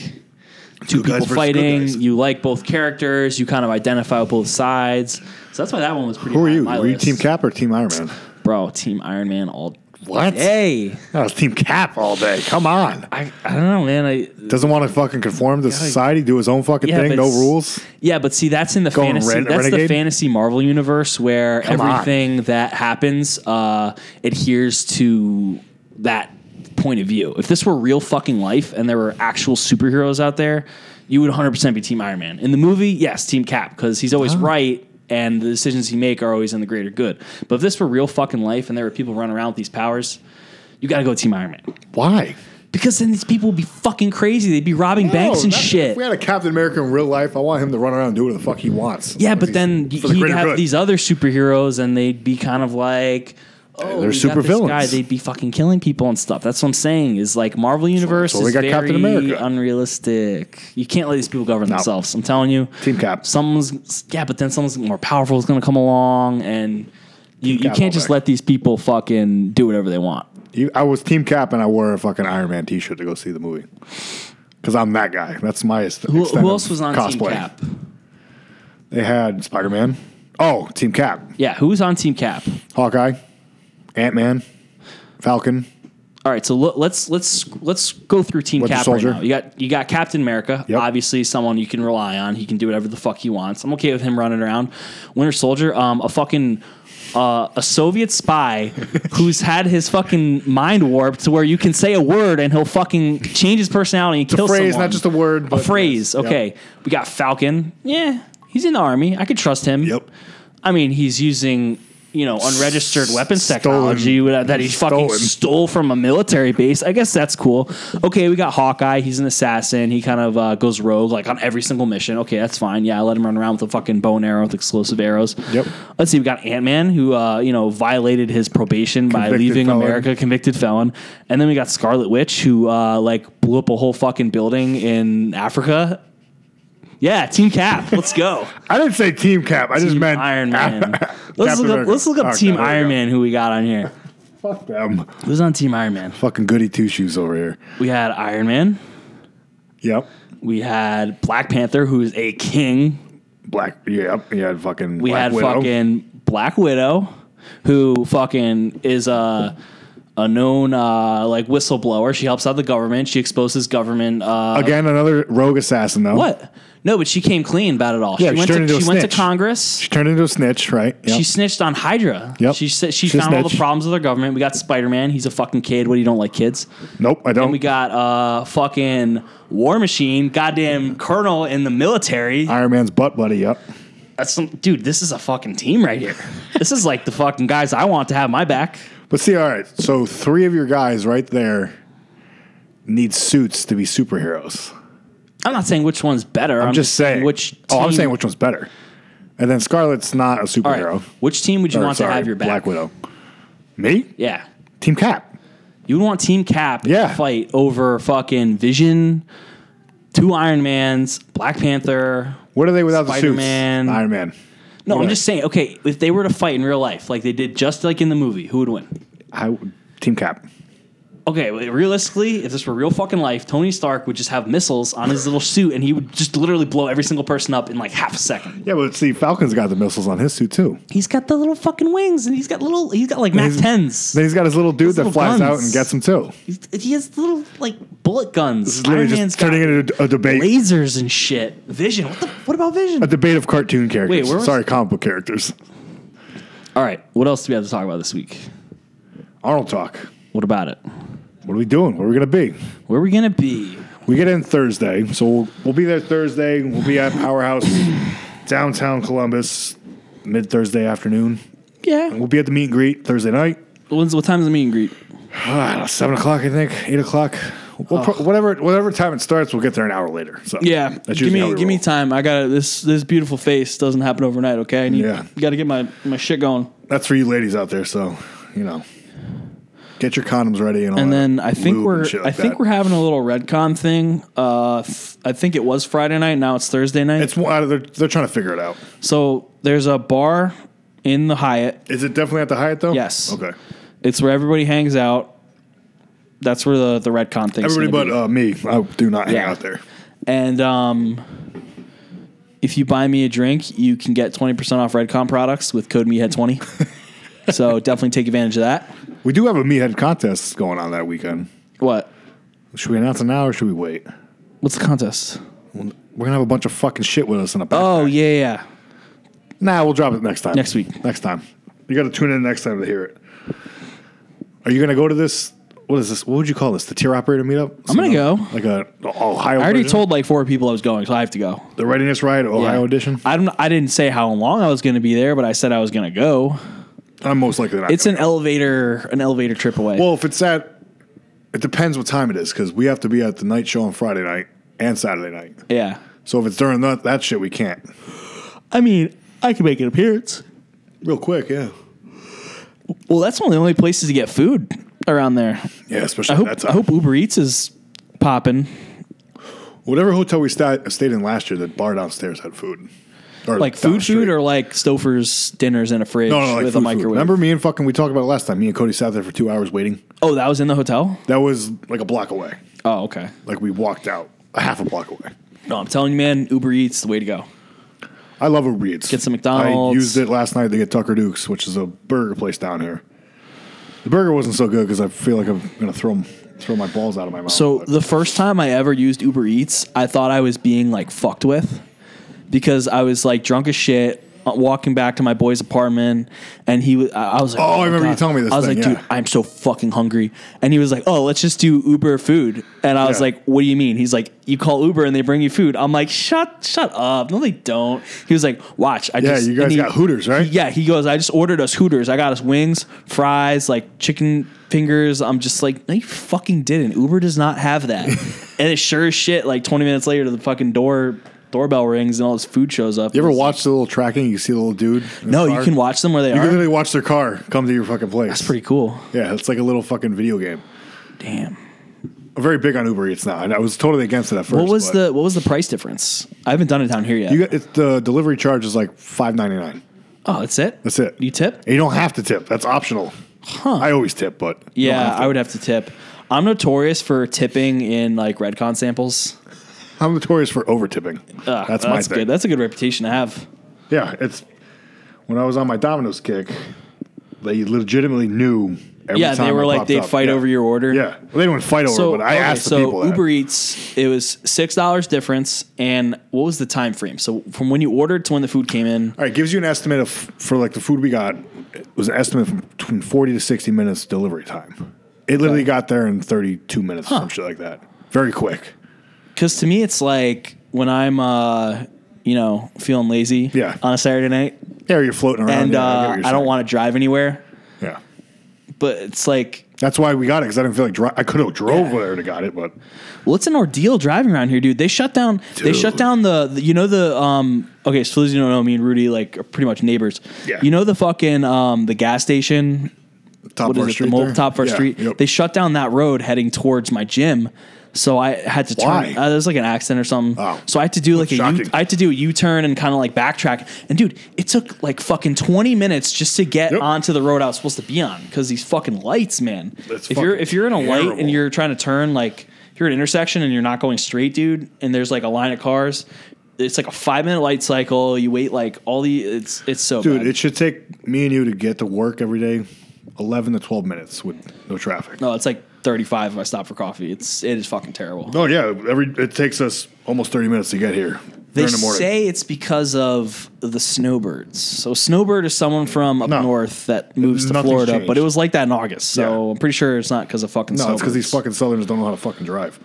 B: two
C: Good guys
B: people
C: versus good
B: fighting.
C: guys.
B: You like both characters. You kind of identify with both sides. So that's why that one was pretty.
C: Who
B: high
C: are
B: on
C: you?
B: my
C: Were you
B: list.
C: Team Cap or Team Iron Man?
B: Bro, Team Iron Man all.
C: What?
B: Hey,
C: No, it's Team Cap all day. Come on.
B: I, I don't know, man. I
C: Doesn't want to fucking conform to society, do his own fucking
B: Yeah,
C: thing,
B: but
C: no
B: it's-
C: rules.
B: Yeah, but see, that's in the
C: Going
B: fantasy.
C: Ren-
B: that's the
C: Renegade?
B: fantasy Marvel universe where
C: Come on.
B: everything that happens uh, adheres to that point of view. If this were real fucking life and there were actual superheroes out there, you would 100% be Team Iron Man. In the movie, yes, Team Cap, because he's always right. And the decisions he make are always in the greater good. But if this were real fucking life and there were people running around with these powers, you got to go Team Iron Man
C: Why?
B: Because then these people would be fucking crazy. They'd be robbing banks and
C: No, that-
B: shit.
C: If we had a Captain America in real life, I want him to run around and do whatever the fuck he wants.
B: Yeah, but
C: He's-
B: then
C: for the
B: he'd
C: greater
B: have
C: good.
B: these other superheroes, and they'd be kind of like, oh,
C: they're
B: we got this
C: supervillains.
B: Guy, they'd be fucking killing people and stuff. That's what I'm saying. Is like Marvel Universe
C: so we
B: is
C: got
B: very
C: Captain America.
B: unrealistic. You can't let these people govern themselves. I'm telling you,
C: Team Cap.
B: Someone's yeah, but then someone's more powerful is going to come along, and you, you
C: Cap all
B: can't just
C: day.
B: let these people fucking do whatever they want.
C: You, I was Team Cap and I wore a fucking Iron Man T-shirt to go see the movie because I'm that guy. That's my est-
B: Who,
C: extent
B: who
C: of
B: else was on
C: cosplay.
B: Team Cap?
C: They had Spider Man. Oh, Team Cap,
B: Yeah, who was on Team Cap?
C: Hawkeye, Ant Man, Falcon.
B: All right, so lo- let's let's let's go through Team
C: Winter
B: Cap
C: Soldier.
B: right now. You got you got Captain America,
C: Yep.
B: obviously someone you can rely on. He can do whatever the fuck he wants. I'm okay with him running around. Winter Soldier, um, a fucking uh, a Soviet spy who's had his fucking mind warped to where you can say a word and he'll fucking change his personality and kill
C: phrase,
B: someone.
C: not just a word,
B: A
C: but
B: phrase.
C: yes. Yep.
B: Okay, we got Falcon. Yeah, he's in the army. I could trust him. I mean, he's using you know unregistered weapons
C: Stolen.
B: technology that that he fucking
C: Stolen.
B: stole from a military base. I guess that's cool. Okay, we got Hawkeye. He's an assassin. He kind of uh, goes rogue like on every single mission. Okay, that's fine. Yeah, I let him run around with a fucking bow and arrow with explosive arrows.
C: Yep.
B: Let's see. We got Ant Man who uh, you know violated his probation by
C: Convicted
B: leaving
C: felon.
B: America, convicted felon. And then we got Scarlet Witch who uh, like blew up a whole fucking building in Africa. Yeah, Team Cap. Let's go.
C: I didn't say Team Cap. I just
B: Team
C: meant
B: Iron Man. let's,
C: Captain
B: look up,
C: America.
B: let's look up
C: Okay,
B: Team
C: there we
B: Iron
C: go.
B: Man. Who we got on here?
C: Fuck them.
B: Who's on Team Iron Man?
C: Fucking goody two shoes over here.
B: We had Iron Man.
C: Yep.
B: We had Black Panther, who is a king.
C: Black. Yep. You had fucking.
B: We
C: Black
B: had
C: Widow.
B: fucking Black Widow, who fucking is a a known uh, like whistleblower. She helps out the government. She exposes government. Uh,
C: Again, another rogue assassin though.
B: what? No, but she came clean about it all.
C: Yeah,
B: she
C: she
B: went
C: turned
B: to
C: into a
B: she went to
C: snitch.
B: Congress.
C: She turned into a snitch, right? Yep.
B: She snitched on Hydra.
C: Yep.
B: She said she
C: She's a
B: found all the
C: snitch.
B: problems with her government. We got Spider Man. He's a fucking kid. What do you don't like kids?
C: nope. I don't.
B: We got uh fucking War Machine, goddamn colonel in the military.
C: Iron Man's butt buddy. Yep.
B: That's some, dude. This is a fucking team right here. this is like the fucking guys I want to have my back.
C: But see, all right. So three of your guys right there need suits to be superheroes.
B: I'm not saying which one's better.
C: I'm, just saying.
B: which. Team,
C: Oh, I'm saying which one's better. And then Scarlet's not a
B: All right,
C: superhero.
B: which team would you
C: Or,
B: want
C: sorry,
B: to have your back?
C: Black Widow. Me?
B: Yeah,
C: Team Cap.
B: you would want Team Cap
C: Yeah.
B: to fight over fucking Vision, two Iron Mans, Black Panther.
C: What are they without
B: Spider-Man.
C: the suits? Iron Man.
B: No,
C: What
B: I'm
C: are
B: just saying. Okay, if they were to fight in real life, like they did, just like in the movie, who would win?
C: I, Team Cap.
B: Okay, wait, realistically, if this were real fucking life, Tony Stark would just have missiles on his little suit, and he would just literally blow every single person up in like half a second.
C: Yeah, but see, Falcon's got the missiles on his suit too.
B: He's got the little fucking wings, and he's got little. He's got like Mac
C: he's-
B: tens.
C: Then he's got his little dude
B: His
C: that
B: little
C: flies out
B: guns.
C: and gets him too.
B: He's, he has little like bullet guns.
C: It's literally
B: Iron Man's
C: just turning
B: got
C: it into a debate.
B: lasers and shit. Vision. What the? What about Vision?
C: A debate of cartoon characters.
B: Wait, where was-
C: Sorry, comic book characters.
B: All right. What else do we have to talk about this week?
C: Arnold talk.
B: What about it?
C: What are we doing? Where are we gonna be?
B: Where are we gonna be?
C: We get in Thursday, so we'll, we'll be there Thursday. We'll be at Powerhouse downtown Columbus mid Thursday afternoon.
B: Yeah.
C: We'll be at the meet and greet Thursday night.
B: When's, what time's the meet and greet?
C: I don't know, seven o'clock, I think, eight o'clock. We'll pro- whatever whatever time it starts, we'll get there an hour later. So
B: Oh. Yeah,
C: that's
B: give
C: usually
B: me
C: how we
B: give me
C: roll.
B: time. I got to this this beautiful face doesn't happen overnight. Okay, I need
C: Yeah.
B: got to get my my shit going.
C: That's for you ladies out there. So you know, get your condoms ready and all.
B: And
C: that
B: then I
C: lube
B: think
C: and
B: we're
C: shit
B: I
C: like
B: think
C: that.
B: we're having a little redcon thing. Uh, th- I think it was Friday night. Now it's Thursday night.
C: It's one. They're, they're trying to figure it out.
B: so there's a bar in the Hyatt.
C: Is it definitely at the Hyatt though?
B: Yes.
C: Okay.
B: It's where everybody hangs out. That's where the the redcon thing.
C: Everybody but uh, me. I do not hang
B: Yeah.
C: out there.
B: and um. If you buy me a drink, you can get 20% off Redcon products with code MEHEAD20. so definitely take advantage of that.
C: We do have a meathead contest going on that weekend.
B: What?
C: Should we announce it now or should we wait?
B: What's the contest?
C: We're gonna have a bunch of fucking shit with us in a back.
B: Oh yeah, yeah.
C: Nah, we'll drop it next time.
B: Next week.
C: Next time. You got to tune in next time to hear it. Are you going to go to this? What is this? What would you call this? The tier operator meetup?
B: I'm gonna
C: So,
B: go.
C: Like a the Ohio.
B: I already
C: version?
B: told like four people I was going, so I have to go.
C: the writing this right Ohio
B: Yeah.
C: edition.
B: I don't. I didn't say how long I was going to be there, but I said I was going to go.
C: I'm most likely not.
B: It's
C: gonna
B: an elevator, an elevator trip away.
C: go. well. If it's at it depends what time it is because we have to be at the night show on Friday night and Saturday night.
B: Yeah.
C: So if it's during that, that shit, we can't.
B: I mean, I can make an appearance.
C: Real quick, yeah.
B: Well, that's one of the only places to get food around there.
C: Yeah, especially
B: I hope
C: that time.
B: I hope Uber Eats is popping.
C: Whatever hotel we sta stayed in last year, the bar downstairs had food. Or
B: Like
C: down
B: food
C: the
B: food
C: street.
B: or like Stouffer's dinners in a fridge
C: no, no, like
B: with
C: food,
B: a
C: food.
B: microwave.
C: Remember me and fucking we talked about it last time. Me and Cody sat there for two hours waiting.
B: Oh, that was in the hotel?
C: That was like a block away.
B: Oh, okay.
C: Like we walked out a half a block away.
B: No, I'm telling you, man, Uber Eats the way to go.
C: I love Uber Eats.
B: Get some
C: I
B: McDonald's.
C: used it last night to get Tucker Dukes, which is a burger place down here. The burger wasn't so good because I feel like I'm gonna throw 'em- throw my balls out of my mouth.
B: So
C: but-
B: the first time I ever used Uber Eats, I thought I was being like fucked with because I was like drunk as shit uh, walking back to my boy's apartment and he was I I was like
C: Oh, I
B: my
C: remember you
B: God."
C: telling me this
B: I was
C: thing,
B: like
C: yeah.
B: dude I'm so fucking hungry and he was like oh let's just do Uber food and I was
C: Yeah.
B: like what do you mean he's like you call Uber and they bring you food I'm like shut shut up no they don't he was like watch I
C: Yeah,
B: just
C: you guys
B: and he-
C: got Hooters, right?
B: yeah, he goes, I just ordered us Hooters. I got us wings, fries, like chicken fingers. I'm just like, no, you fucking didn't. Uber does not have that. and it sure as shit, like 20 minutes later, the fucking door doorbell rings and all this food shows up.
C: You ever
B: It's-
C: watch the little tracking? You see the little dude. in
B: No,
C: his
B: you
C: car?
B: can watch them where they
C: You
B: are.
C: can literally watch their car come to your fucking place.
B: That's pretty cool.
C: Yeah, it's like a little fucking video game.
B: Damn.
C: I'm very big on Uber Eats now, and I was totally against it at first.
B: What was
C: but
B: the what was the price difference? I haven't done it down here yet.
C: You got, it's the delivery charge is like five ninety nine.
B: oh, that's it.
C: That's it.
B: You tip?
C: And you don't have to tip. That's optional. I always tip, but you don't
B: Yeah,
C: have to.
B: I would have to tip. I'm notorious for tipping in like Redcon samples.
C: I'm notorious for over tipping.
B: Uh,
C: that's my thing.
B: good. That's a good reputation to have.
C: yeah, it's when I was on my Domino's kick, they legitimately knew. Every
B: Yeah,
C: time
B: they were
C: I
B: like,
C: popped
B: they'd
C: up.
B: fight
C: Yeah.
B: over your order.
C: Yeah, well, they didn't fight over, it, but I
B: okay,
C: asked the
B: so
C: people.
B: Uber
C: that.
B: Eats, it was six dollars difference, and what was the time frame? So from when you ordered to when the food came in.
C: All right, gives you an estimate of for like the food we got it was an estimate from between forty to sixty minutes delivery time. It literally got there in thirty two minutes, or some shit like that. Very quick.
B: Because to me, it's like when I'm, uh, you know, feeling lazy
C: Yeah.
B: on a Saturday night,
C: Yeah, you're floating around.
B: and
C: yeah, get
B: uh,
C: what you're
B: I don't
C: saying.
B: want to drive anywhere.
C: Yeah,
B: But it's like,
C: that's why we got it because I didn't feel like dri- I could have drove there to got it, but
B: well, it's an ordeal driving around here, dude. They shut down. They shut
C: Dude.
B: down the, the- you know the um. Okay, so those of you who don't know, me and Rudy like are pretty much neighbors.
C: Yeah.
B: You know the fucking um the gas station
C: top
B: what
C: of
B: is
C: our
B: it,
C: street
B: the Mol-
C: there?
B: top first
C: Yeah,
B: street.
C: yep.
B: They shut down that road heading towards my gym. So I had to turn.
C: Why?
B: Uh, there was like an accident or something.
C: Oh.
B: So I had to do like a U,
C: shocking.
B: I had to do a U turn and kind of like backtrack. And dude, it took like fucking twenty minutes just to get
C: Yep.
B: onto the road I was supposed to be on because these fucking lights, man.
C: That's
B: if you're
C: fucking
B: if you're in a light
C: terrible.
B: and you're trying to turn, like if you're at an intersection and you're not going straight, dude, and there's like a line of cars. It's like a five minute light cycle. You wait like all the it's it's so
C: dude,
B: bad.
C: it should take me and you to get to work every day, eleven to twelve minutes with no traffic.
B: no, it's like thirty five if I stop for coffee. It's it is fucking terrible.
C: Oh yeah, every it takes us almost thirty minutes to get here
B: They
C: during the morning.
B: say it's because of the snowbirds. So snowbird is someone from up
C: No.
B: north that moves to
C: Nothing's
B: Florida,
C: changed.
B: but it was like that in August. So
C: Yeah.
B: I'm pretty sure it's not because of fucking.
C: No, it's because
B: snowbirds.
C: these fucking Southerners don't know how to fucking drive.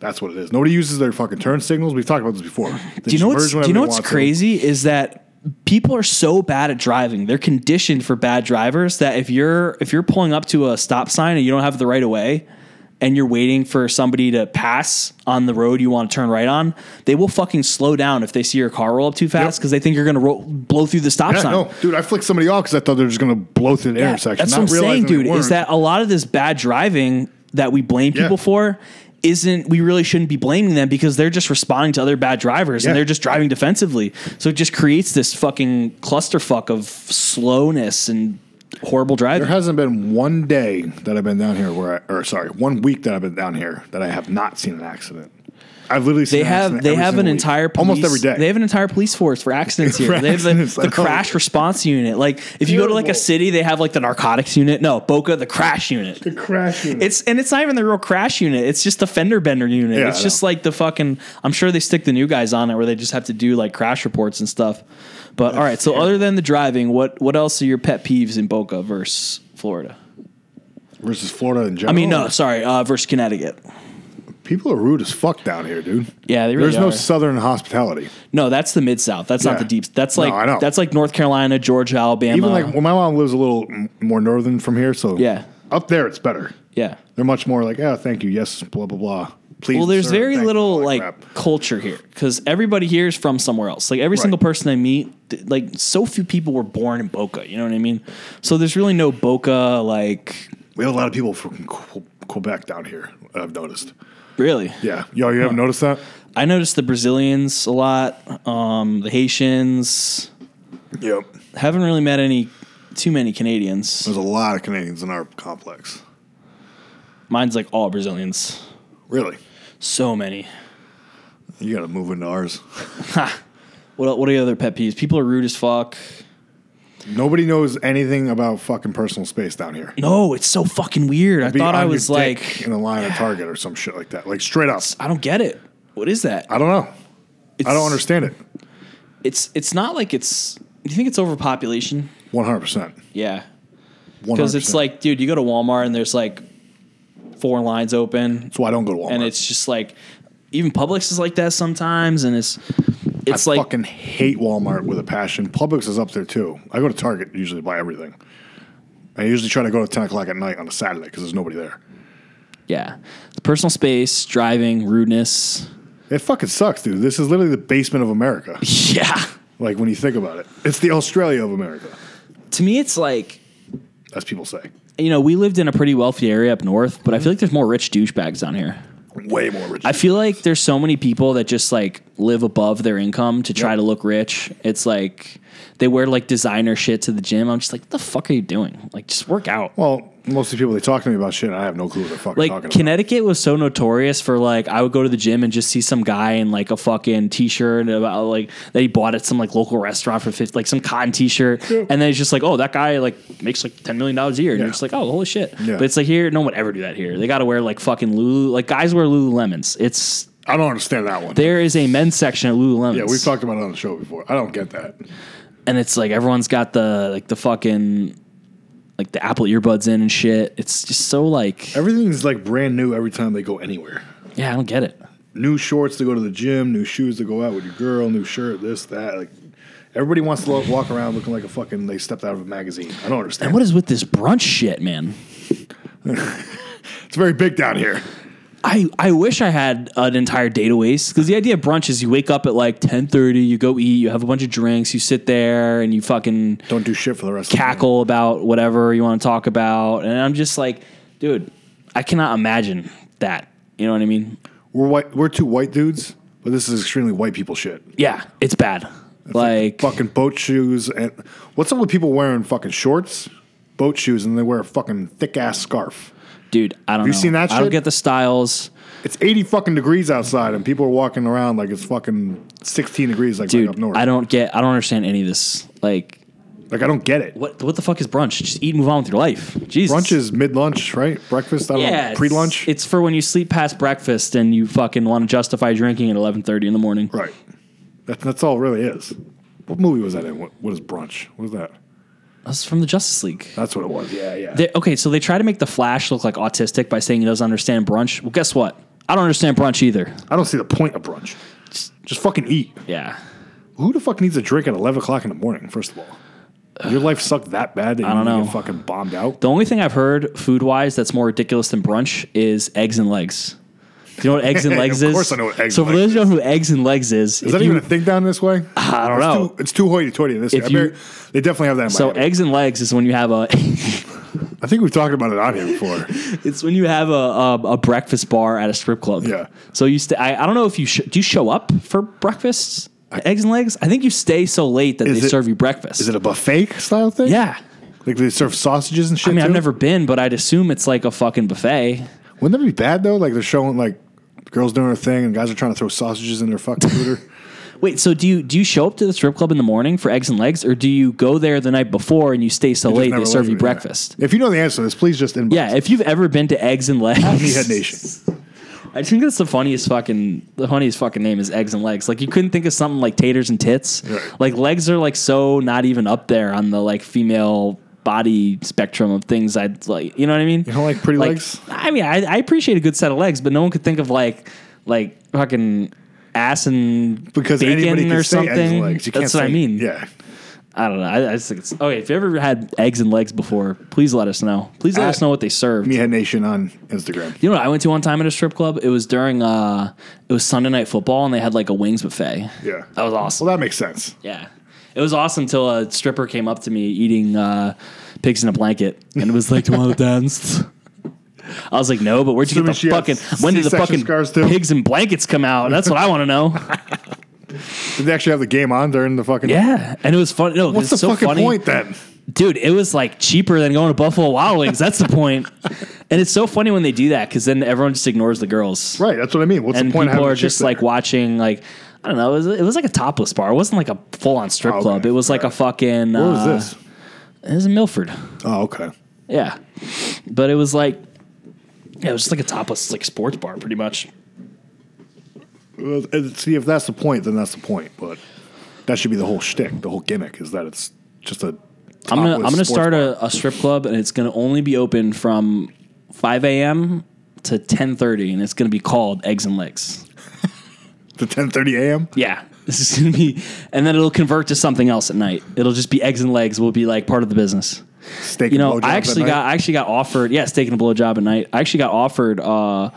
C: That's what it is. Nobody uses their fucking turn signals. We've talked about this before. They
B: Do you know what's,
C: just merge
B: do
C: whenever
B: you know
C: they
B: what's
C: want to.
B: crazy is that people are so bad at driving. They're conditioned for bad drivers that if you're if you're pulling up to a stop sign and you don't have the right of way and you're waiting for somebody to pass on the road you want to turn right on, they will fucking slow down if they see your car roll up too fast
C: Yep.
B: because they think you're going to ro- blow through the stop
C: Yeah,
B: sign.
C: no, dude, I flicked somebody off because I thought they were just gonna blow through the
B: Yeah,
C: intersection.
B: That's
C: not
B: what I'm saying,
C: realizing they
B: dude. Is
C: weren't.
B: that a lot of this bad driving that we blame
C: Yeah.
B: people for? Isn't we really shouldn't be blaming them because they're just responding to other bad drivers
C: Yeah.
B: and they're just driving defensively. So it just creates this fucking clusterfuck of slowness and horrible
C: there
B: driving.
C: hasn't been one day that I've been down here where, I, or sorry, one week that I've been down here that I have not seen an accident. I've literally seen
B: they
C: an
B: have
C: accident
B: they
C: every
B: have an
C: single week.
B: entire police,
C: almost every day.
B: They have an entire police force for accidents here.
C: For
B: they have
C: accidents,
B: the,
C: I
B: the
C: know.
B: crash response unit. Like if you go to like a
C: Terrible.
B: city, they have like the narcotics unit. No, Boca, the crash unit.
C: crash. unit.
B: It's and it's not even the real crash unit. It's just the fender bender unit.
C: Yeah, I
B: it's just like the fucking. I'm sure they stick the new guys on it where they just have to do like crash reports and stuff. But all right, so other than the driving, what what else are your pet peeves in Boca versus Florida?
C: versus Florida in general.
B: I mean, no, sorry, uh, versus Connecticut.
C: people are rude as fuck down here, dude.
B: Yeah, they really
C: There's no
B: are.
C: Southern hospitality.
B: No, that's the mid south. That's not
C: Yeah.
B: the deep. That's
C: No,
B: like
C: I know.
B: that's like North Carolina, Georgia, Alabama.
C: Even like well, my mom lives a little m- more northern from here, so
B: Yeah.
C: up there it's better.
B: yeah,
C: They're much more like, oh, thank you, yes, blah blah blah. Please.
B: Well, there's
C: sir,
B: very
C: thank you," all
B: little
C: that
B: like
C: crap.
B: culture here because everybody here is from somewhere else. Like every single person I meet, th- like so few people were born in Boca. You know what I mean? So there's really no Boca. Like
C: we have a lot of people from Que- Quebec down here. I've noticed.
B: really,
C: Yeah, y'all, you haven't noticed that?
B: I noticed the Brazilians a lot, um, the Haitians.
C: Yep.
B: Haven't really met any too many Canadians.
C: There's a lot of Canadians in our complex.
B: Mine's like all Brazilians.
C: Really?
B: So many.
C: You got to move into ours.
B: What el- what are the other pet peeves? People are rude as fuck.
C: Nobody knows anything about fucking personal space down here.
B: No, it's so fucking weird. I
C: Be
B: thought I
C: on your
B: was
C: dick
B: like,
C: in a line at Target or some shit like that. Like straight up.
B: I don't get it. What is that?
C: I don't know. I
B: It's-
C: don't understand it.
B: It's it's not like it's. You think it's overpopulation?
C: One hundred percent.
B: Yeah, because it's like, dude, you go to Walmart and there's like four lines open,
C: that's why I don't go to Walmart.
B: and it's just like, even Publix is like that sometimes, and it's it's like
C: fucking hate Walmart with a passion. Publix is up there too. I go to Target usually to buy everything. I usually try to go to ten o'clock at night on a Saturday because there's nobody there.
B: yeah, personal space, driving, rudeness.
C: It fucking sucks, dude. This is literally the basement of America.
B: Yeah,
C: like when you think about it, it's the Australia of America,
B: to me, it's like
C: as people say.
B: you know we lived in a pretty wealthy area up north, but I feel like there's more rich douchebags down here.
C: Way more rich.
B: I feel like there's so many people that just like live above their income to try to look rich. It's like they wear like designer shit to the gym. I'm just like, what the fuck are you doing? Like, just work out.
C: well, most of the people they talk to me about shit, and I have no clue what they're fucking
B: like
C: talking about.
B: Connecticut was so notorious for like I would go to the gym and just see some guy in like a fucking t-shirt about like that he bought at some like local restaurant for 50, like some cotton t-shirt and then it's just like oh that guy like makes like 10 million dollars a year and
C: Yeah.
B: you're just like oh holy shit
C: Yeah.
B: but it's like here no one would ever do that here they got to wear like fucking Lulu like guys wear Lululemons it's
C: I don't understand that one.
B: there is a men's section at Lululemon.
C: yeah, we've talked about it on the show before. I don't get that.
B: and it's like everyone's got the like the fucking like the Apple earbuds in and shit. It's just so like
C: Everything's like brand new every time they go anywhere.
B: yeah, I don't get it.
C: new shorts to go to the gym, new shoes to go out with your girl, new shirt, this, that. Like everybody wants to lo- walk around looking like a fucking they stepped out of a magazine. I don't understand.
B: And what is with this brunch shit, man?
C: it's very big down here.
B: I, I wish I had an entire day to waste because the idea of brunch is you wake up at like ten thirty, you go eat, you have a bunch of drinks, you sit there and you fucking
C: Don't do shit for the rest of
B: cackle about whatever you want to talk about. And I'm just like, dude, I cannot imagine that. You know what I mean?
C: the We're white. We're two white dudes, but this is extremely white people shit.
B: Yeah, it's bad. Like
C: Fucking boat shoes and what's up with people wearing fucking shorts, boat shoes, and they wear a fucking thick ass scarf.
B: Dude, I don't
C: you
B: know.
C: seen that
B: I don't
C: shit?
B: get the styles.
C: It's eighty fucking degrees outside, and people are walking around like it's fucking sixteen degrees, like right
B: Dude,
C: up north.
B: I don't get I don't understand any of this. Like
C: like I don't get it.
B: what what the fuck is brunch? Just eat and move on with your life. Jesus.
C: Brunch is uh, mid lunch, right? Breakfast, I don't
B: yeah,
C: know, pre lunch.
B: It's, it's for when you sleep past breakfast and you fucking want to justify drinking at eleven thirty in the morning.
C: Right. That, that's all it really is. What movie was that in? What, what is brunch? What was that?
B: That's from the Justice League.
C: That's what it was. Yeah, yeah.
B: They- okay, so they try to make the Flash look like autistic by saying he doesn't understand brunch. Well, guess what? I don't understand brunch either.
C: I don't see the point of brunch. Just, just fucking eat.
B: Yeah,
C: Who the fuck needs a drink at 11 o'clock in the morning, first of all? Your life sucked that bad that you
B: don't
C: need to
B: know.
C: get fucking bombed out?
B: the only thing I've heard food wise that's more ridiculous than brunch is eggs and legs. Do you know what eggs and legs
C: Of
B: is?
C: course I know what eggs
B: So
C: and
B: for those
C: legs
B: who don't know who eggs and legs is,
C: Is that even a thing down this way? I
B: don't
C: it's
B: know.
C: Too, it's too hoity-toity in this.
B: If
C: If
B: you-
C: they definitely have that in
B: so
C: Miami.
B: eggs and legs is when you have a
C: I think we've talked about it on here before.
B: It's when you have a, a, a breakfast bar at a strip club.
C: Yeah.
B: So you stay. I, I don't know if you sh- do you show up for breakfast, eggs and legs. I think you stay so late that they
C: Is it-
B: serve you breakfast.
C: is it a buffet style thing?
B: yeah.
C: Like they serve sausages and shit?
B: I mean, I've
C: too?
B: never been, but I'd assume it's like a fucking buffet.
C: Wouldn't that be bad though? Like they're showing like girls doing her thing and guys are trying to throw sausages in their fucking cooter.
B: Wait, so do you do you show up to the strip club in the morning for eggs and legs, or do you go there the night before and you stay so late they
C: Never
B: serve
C: leave
B: you
C: it, yeah.
B: breakfast?
C: If you know the answer to this, please just inbox.
B: Yeah. If you've ever been to eggs and legs,
C: Meathead Nation.
B: I think that's the funniest fucking the funniest fucking name is eggs and legs. Like you couldn't think of something like taters and tits.
C: Right.
B: Like legs are like so not even up there on the like female body spectrum of things I'd like you know what I mean? You
C: don't like pretty legs?
B: I mean I, I appreciate a good set of legs, but no one could think of like like fucking ass and
C: Because
B: bacon
C: anybody can
B: or
C: say eggs and
B: something.
C: legs. You can't
B: that's what I
C: say-
B: mean.
C: Yeah.
B: I don't know. I, I just think it's okay. If you ever had eggs and legs before, please let us know. Please let
C: At-
B: us know what they served.
C: Meathead Nation on Instagram.
B: You know what I went to one time at a strip club? It was during uh, it was Sunday night football, and they had like a wings buffet.
C: Yeah.
B: that was awesome.
C: Oh. Well, that makes sense.
B: Yeah. It was awesome until a stripper came up to me eating uh, pigs in a blanket and it was like, Do you want to dance? I was like, No, but where'd you
C: So
B: get
C: means
B: the
C: she
B: fucking
C: had
B: when did the
C: C-section
B: fucking
C: scars too?
B: pigs and blankets come out? That's what I want to know.
C: Did they actually have the game on during the fucking?
B: yeah. And it was fun. No,
C: What's
B: it's
C: the
B: so
C: fucking
B: funny.
C: point then?
B: Dude, it was like cheaper than going to Buffalo Wild Wings. That's the point. And it's so funny when they do that because then everyone just ignores the girls.
C: Right. That's what I mean. What's
B: and
C: the point? of
B: people
C: having
B: are
C: chicks
B: just
C: there?
B: like watching like I don't know. It was, it was like a topless bar. It wasn't like a full on strip
C: Oh, okay.
B: club. It was like a fucking.
C: What was
B: uh,
C: this?
B: It was in Milford.
C: Oh, okay.
B: Yeah. But it was like yeah, it was just like a topless like sports bar pretty much.
C: Well, and See, if that's the point, then that's the point. But that should be the whole shtick. The whole gimmick is that it's just a.
B: I'm gonna I'm
C: topless
B: gonna
C: sports
B: start
C: bar.
B: a, a strip club and it's gonna only be open from five AM to ten thirty and it's gonna be called Eggs and Legs.
C: the 10:30 a.m.
B: Yeah. This is gonna be and then it'll convert to something else at night. It'll just be eggs and legs will be like part of the business.
C: steak.
B: You
C: and
B: know,
C: blowjobs
B: I
C: at
B: actually
C: night.
B: got I actually got offered yes, taking a blowjob at night. I actually got offered uh,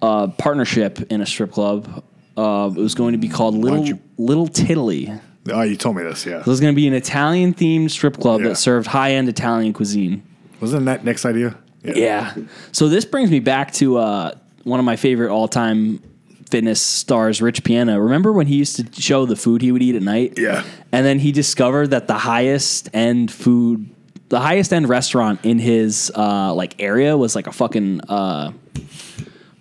B: a partnership in a strip club. Uh, it was going to be called Little
C: don't you-
B: Little Tiddly.
C: Oh, you told me this. Yeah.
B: It was going to be an Italian themed strip club
C: Yeah.
B: that served high end Italian cuisine.
C: Wasn't that next idea?
B: Yeah. So this brings me back to uh, one of my favorite all time fitness stars, Rich Piana. Remember when he used to show the food he would eat at night?
C: Yeah.
B: And then he discovered that the highest end food, the highest end restaurant in his uh, like area was like a fucking. Uh,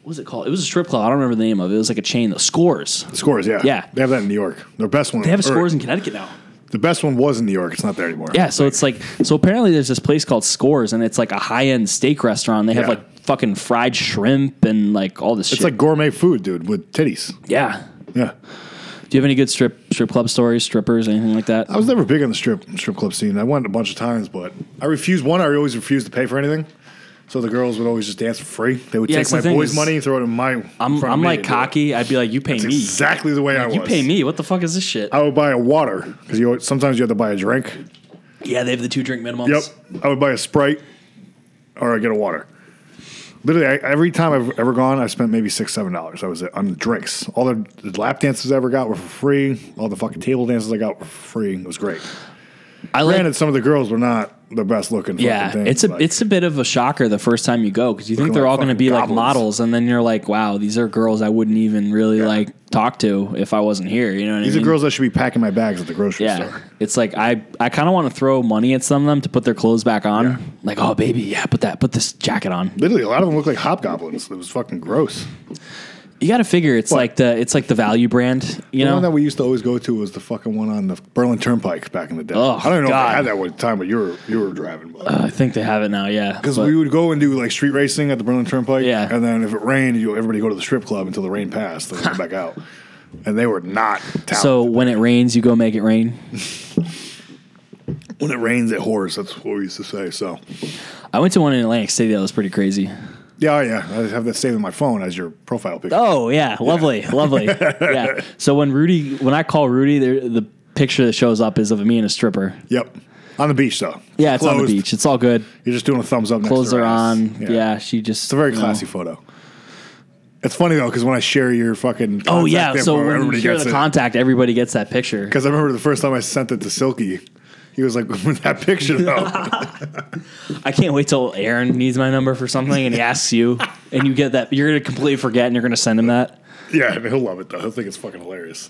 B: what was it called? It was a strip club. I don't remember the name of it. It was like a chain. The Scores.
C: Scores. Yeah.
B: Yeah.
C: They have that in New York. Their best one.
B: They have
C: or
B: Scores in Connecticut now.
C: The best one was in New York. It's not there anymore.
B: Yeah, so it's like so apparently there's this place called Scores and it's like a high end steak restaurant. They have
C: Yeah.
B: like fucking fried shrimp and like all this
C: It's
B: shit.
C: like gourmet food, dude, with titties.
B: yeah.
C: Yeah.
B: Do you have any good strip strip club stories, strippers, anything like that?
C: I was never big on the strip strip club scene. I went a bunch of times, but I refused. One, I always refused to pay for anything. So the girls would always just dance for free. They would
B: Yeah, it's
C: take
B: the
C: my
B: thing
C: boys'
B: is-
C: money, throw it in my.
B: I'm I'm like
C: cocky.
B: cocky. I'd be like, you pay me.
C: Exactly the way I was.
B: You pay me. What the fuck is this shit?
C: I would buy a water because you sometimes you have to buy a drink.
B: yeah, they have the two drink minimums.
C: Yep. I would buy a Sprite or I get a water. Literally, I, every time I've ever gone, I've spent maybe six, seven dollars. I was on drinks. All the, the lap dances I ever got were for free. All the fucking table dances I got were for free. It was great.
B: I like.
C: Granted, some of the girls were not the best looking. fucking
B: yeah,
C: things,
B: it's a
C: like-
B: it's a bit of a shocker the first time you go because you think
C: Looking
B: they're
C: like
B: all going to
C: fucking
B: be like
C: goblins.
B: models, and then you're like, wow, these are girls I wouldn't even really like talk to if I wasn't here. You know what I mean?
C: these are girls that should be packing my bags at the grocery
B: Yeah,
C: store.
B: it's like I I kind of want to throw money at some of them to put their clothes back on. Like, oh baby, yeah, put that put this jacket on.
C: Literally, a lot of them look like hobgoblins. It was fucking gross.
B: You got to figure it's like the it's like the value brand, you
C: The
B: know.
C: one that we used to always go to was the fucking one on the Berlin Turnpike back in the day.
B: Oh,
C: I don't even know if
B: God.
C: I had that one time, but you were you were driving. But.
B: Uh, I think they have it now. Yeah,
C: Because
B: But-
C: we would go and do like street racing at the Berlin Turnpike.
B: Yeah.
C: And then if it rained, you everybody go to the strip club until the rain passed, then come back out. And they were not talented.
B: so when it rains, you go make it rain.
C: when it rains, it whores. That's what we used to say. So
B: I went to one in Atlantic City that was pretty crazy.
C: yeah, oh, yeah. I have that saved in my phone as your profile picture.
B: Oh yeah, lovely, lovely. Yeah. So when Rudy, when I call Rudy, there- the picture that shows up is of me and a stripper.
C: Yep. On the beach though.
B: Yeah, it's on the
C: Clothes.
B: beach. It's all good.
C: You're just doing a thumbs up.
B: Clothes
C: next to her
B: are
C: ass.
B: on. Yeah. she just.
C: It's a very classy photo. It's funny though, because when I share your fucking
B: Oh
C: contact
B: yeah, so
C: info,
B: when you share the contact, everybody gets that picture.
C: Because I remember the first time I sent it to Silky, he was like, "With that picture though."
B: I can't wait till Aaron needs my number for something and he asks you, and you get that. You're gonna completely forget, and you're gonna send him that.
C: Yeah, and he'll love it though. He'll think it's fucking hilarious.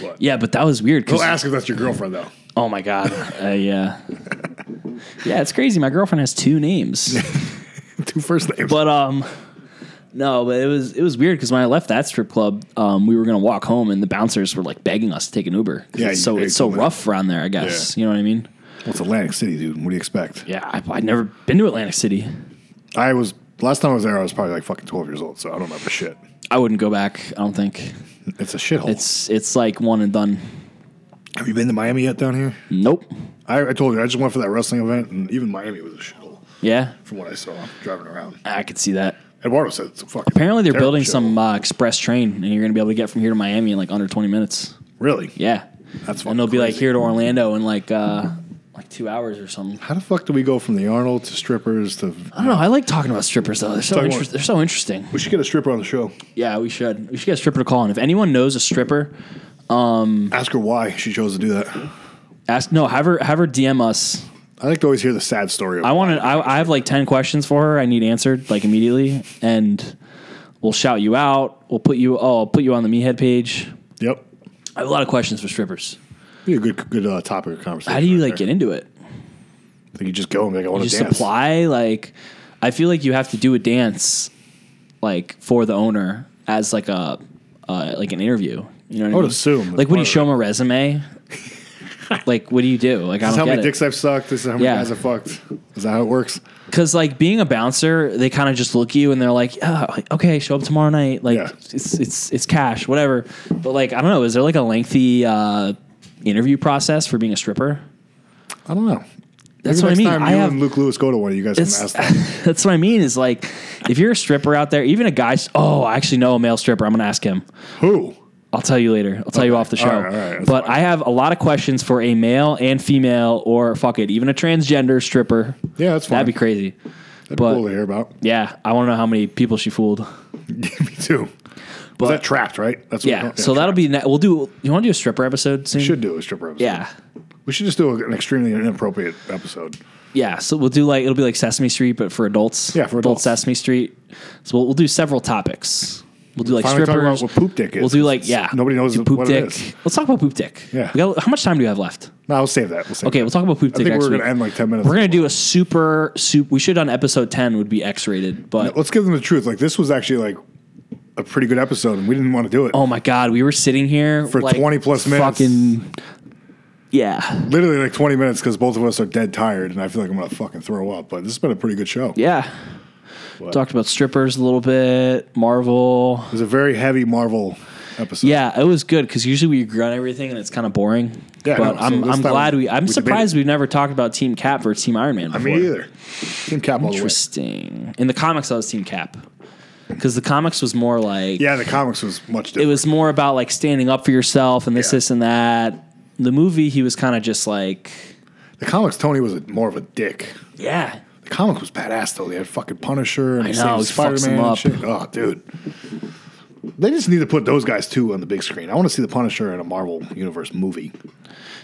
C: But
B: Yeah, but that was weird.
C: he'll
B: 'cause-
C: ask if that's your girlfriend though.
B: oh my god, uh, yeah, yeah, it's crazy. My girlfriend has two names.
C: Two first names.
B: But um, no, but it was it was weird because when I left that strip club, um, we were gonna walk home, and the bouncers were like begging us to take an Uber. 'Cause
C: Yeah,
B: it's
C: you-
B: so
C: they
B: it's so
C: told me.
B: rough around there. I guess you know what I mean.
C: well, it's Atlantic City, dude. What do you expect?
B: Yeah, I, I'd never been to Atlantic City.
C: I was last time I was there. I was probably like fucking twelve years old, so I don't remember shit.
B: I wouldn't go back. I don't think
C: It's a shithole.
B: it's it's like one and done.
C: Have you been to Miami yet down here?
B: Nope.
C: I, I told you, I just went for that wrestling event, and even Miami was a shithole
B: Yeah,
C: from what I saw driving around.
B: I could see that.
C: Eduardo said it's a fucking.
B: Apparently, they're
C: terrible
B: building
C: shithole.
B: some uh, express train, and you're gonna be able to get from here to Miami in like under 20 minutes.
C: Really?
B: Yeah,
C: That's
B: and they'll
C: fucking
B: be like
C: crazy.
B: here to Orlando in like uh, like two hours or something.
C: How the fuck do we go from the Arnold to strippers to?
B: I don't know. I like talking about strippers though. They're so
C: Talking about-
B: inter- they're so interesting.
C: We should get a stripper on the show.
B: Yeah, we should. We should get a stripper to call in. If anyone knows a stripper, Mm-hmm.
C: Ask her why she chose to do that.
B: ask. No, have her have her DM us.
C: I like to always hear the sad story. Of
B: I want to. I, I have like ten questions for her. I need answered like immediately, and we'll shout you out. We'll put you. Oh, I'll put you on the meathead page.
C: Yep.
B: I have a lot of questions for strippers.
C: Be a good good uh, topic of conversation.
B: How do you
C: right
B: like get
C: there.
B: into it?
C: I think you just go and be like, I want
B: You
C: to
B: just
C: dance.
B: apply. Like, I feel like you have to do a dance, like for the owner as like a uh, like an interview. You know what I, mean?
C: would assume that's
B: Like, would you
C: part
B: show them a resume? like, what do you do? Like, I
C: This is
B: don't
C: how
B: get
C: many
B: it.
C: dicks I've sucked. This is how many
B: Yeah.
C: guys I've fucked. Is that how it works?
B: Because like being a bouncer, they kind of just look at you and they're like, "Yeah, okay, show up tomorrow night. Like
C: Yeah.
B: it's it's it's cash, whatever." But like I don't know, is there like a lengthy uh, interview process for being a stripper?
C: I don't know.
B: That's what
C: Maybe
B: I
C: next
B: mean.
C: Time
B: I
C: you
B: have-
C: and Luke Lewis go to one. You guys can
B: It's-
C: ask them.
B: that's what I mean. Is like if you're a stripper out there, even a guy. Oh, I actually know a male stripper. I'm gonna ask him.
C: Who?
B: I'll tell you later. I'll tell you off the show.
C: All right, all right, that's
B: but
C: fine.
B: I have a lot of questions for a male and female, or fuck it, even a transgender stripper.
C: Yeah, that's fine.
B: That'd be crazy.
C: That'd
B: but-
C: be cool to hear about.
B: Yeah, I want to know how many people she fooled.
C: Me too.
B: But-
C: But that trapped, right? That's
B: Yeah,
C: we call-
B: so that'll be ne- we'll do. You want to do a stripper episode soon?
C: we should do a stripper episode.
B: Yeah,
C: we should just do an extremely inappropriate episode.
B: yeah. So we'll do like it'll be like Sesame Street, but for adults.
C: Yeah, for
B: Adult
C: adults.
B: Sesame Street. So we'll, we'll do several topics. We'll do like
C: Finally talking about
B: strippers.
C: what poop dick is.
B: We'll do like
C: It's-
B: yeah.
C: nobody knows
B: do poop
C: what
B: dick.
C: it is.
B: Let's talk about poop dick.
C: Yeah.
B: We got- how much time do you have left?
C: No, I'll save that. We'll save
B: Okay,
C: that.
B: we'll talk about poop
C: I
B: dick.
C: think
B: next
C: we're
B: week.
C: gonna end like 10 minutes
B: We're gonna do a super soup. We should on episode ten would be X rated, but
C: Let's give them the truth. Like this was actually like a pretty good episode, and we didn't want to do it.
B: oh my god, we were sitting here
C: For
B: like,
C: 20 plus minutes.
B: Fucking yeah,
C: Literally like 20 minutes because both of us are dead tired, and I feel like I'm gonna fucking throw up. But this has been a pretty good show.
B: yeah. Talked about strippers a little bit, Marvel.
C: It was a very heavy Marvel episode.
B: Yeah, it was good because usually we agree on everything and it's kind of boring.
C: Yeah, I
B: but
C: know. So
B: I'm,
C: this
B: I'm
C: time
B: glad we. I'm
C: we
B: surprised
C: debated.
B: we've never talked about Team Cap versus Team Iron Man. Before.
C: me either. Team Cap all the way.
B: Interesting. In the comics, I was Team Cap because the comics was more like
C: Yeah, the comics was much
B: it
C: different.
B: was more about like standing up for yourself and this,
C: Yeah.
B: this, and that. The movie, he was kind of just like,
C: the comics Tony was a, more of a dick.
B: yeah,
C: The comic was badass though. They had fucking Punisher and
B: I
C: I
B: know,
C: know,
B: he fucks
C: Spider Man.
B: them
C: and Shit. Oh, dude. They just need to put those guys too on the big screen. I want to see the Punisher in a Marvel Universe movie.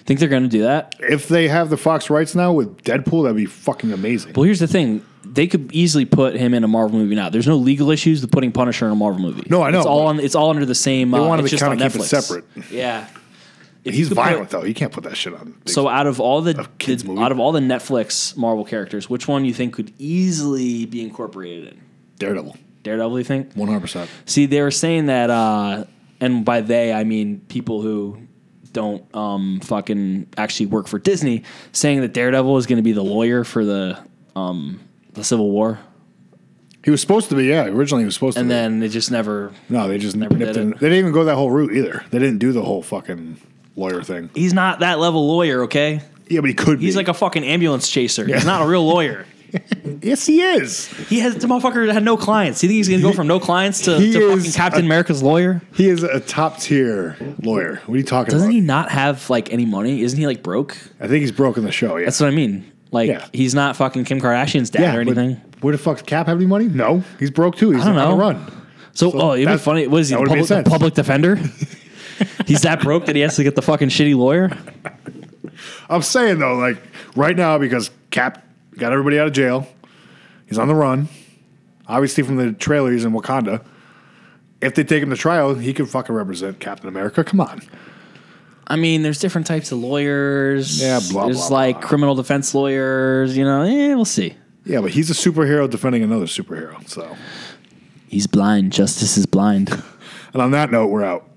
B: think they're gonna do that.
C: If they have the Fox rights now with Deadpool, that'd be fucking amazing.
B: Well, here's the thing: they could easily put him in a Marvel movie now. There's no legal issues to putting Punisher in a Marvel movie.
C: No, I know,
B: It's all
C: but
B: on. It's all under the same. They uh,
C: wanted
B: it's
C: to
B: just on
C: kinda keep it
B: Netflix.
C: separate.
B: Yeah. If
C: He's
B: you could put-
C: violent though. You can't put that shit on. big
B: So out of all the,
C: kids'
B: the-
C: movie.
B: out of all the Netflix Marvel characters, which one you think could easily be incorporated in?
C: Daredevil,
B: Daredevil, you think?
C: one hundred percent.
B: See, they were saying that, uh, and by they I mean people who don't um, fucking actually work for Disney, saying that Daredevil is going to be the lawyer for the um, the Civil War,
C: He was supposed to be. Yeah, originally he was supposed
B: and
C: to. be.
B: then it just never.
C: no, they just
B: Never
C: nipped
B: did
C: in.
B: it.
C: They didn't even go that whole route either. They didn't do the whole fucking lawyer thing.
B: He's not that level lawyer, okay?
C: Yeah, but he could.
B: He's
C: be.
B: like a fucking ambulance chaser. He's not a real lawyer.
C: yes, he is.
B: He has the motherfucker had no clients. You think he's gonna go from no clients to,
C: he
B: to fucking
C: is
B: Captain
C: a-
B: America's lawyer?
C: He is a top tier lawyer. What are you talking
B: Doesn't
C: about?
B: he not have like any money? Isn't he like broke?
C: I think he's broken the show. Yeah.
B: That's what I mean. Like
C: Yeah.
B: he's not fucking Kim Kardashian's dad
C: yeah,
B: or
C: but
B: anything.
C: Where the fuck's Cap have any money? No, he's broke too. He's
B: don't
C: on
B: know.
C: the run.
B: So,
C: So
B: oh, it'd be
C: that's-
B: funny. What is he?
C: that
B: The
C: would make
B: public, the
C: sense.
B: public defender? He's that broke that he has to get the fucking shitty lawyer.
C: I'm saying though, like right now, because Cap got everybody out of jail, he's on the run. Obviously, from the trailer, he's in Wakanda. If they take him to trial, he can fucking represent Captain America. Come on,
B: I mean, there's different types of lawyers.
C: Yeah, blah,
B: There's
C: blah,
B: like
C: blah.
B: criminal defense lawyers. You know, eh, we'll see.
C: yeah, but he's a superhero defending another superhero. So,
B: He's blind. Justice is blind.
C: and on that note, we're out.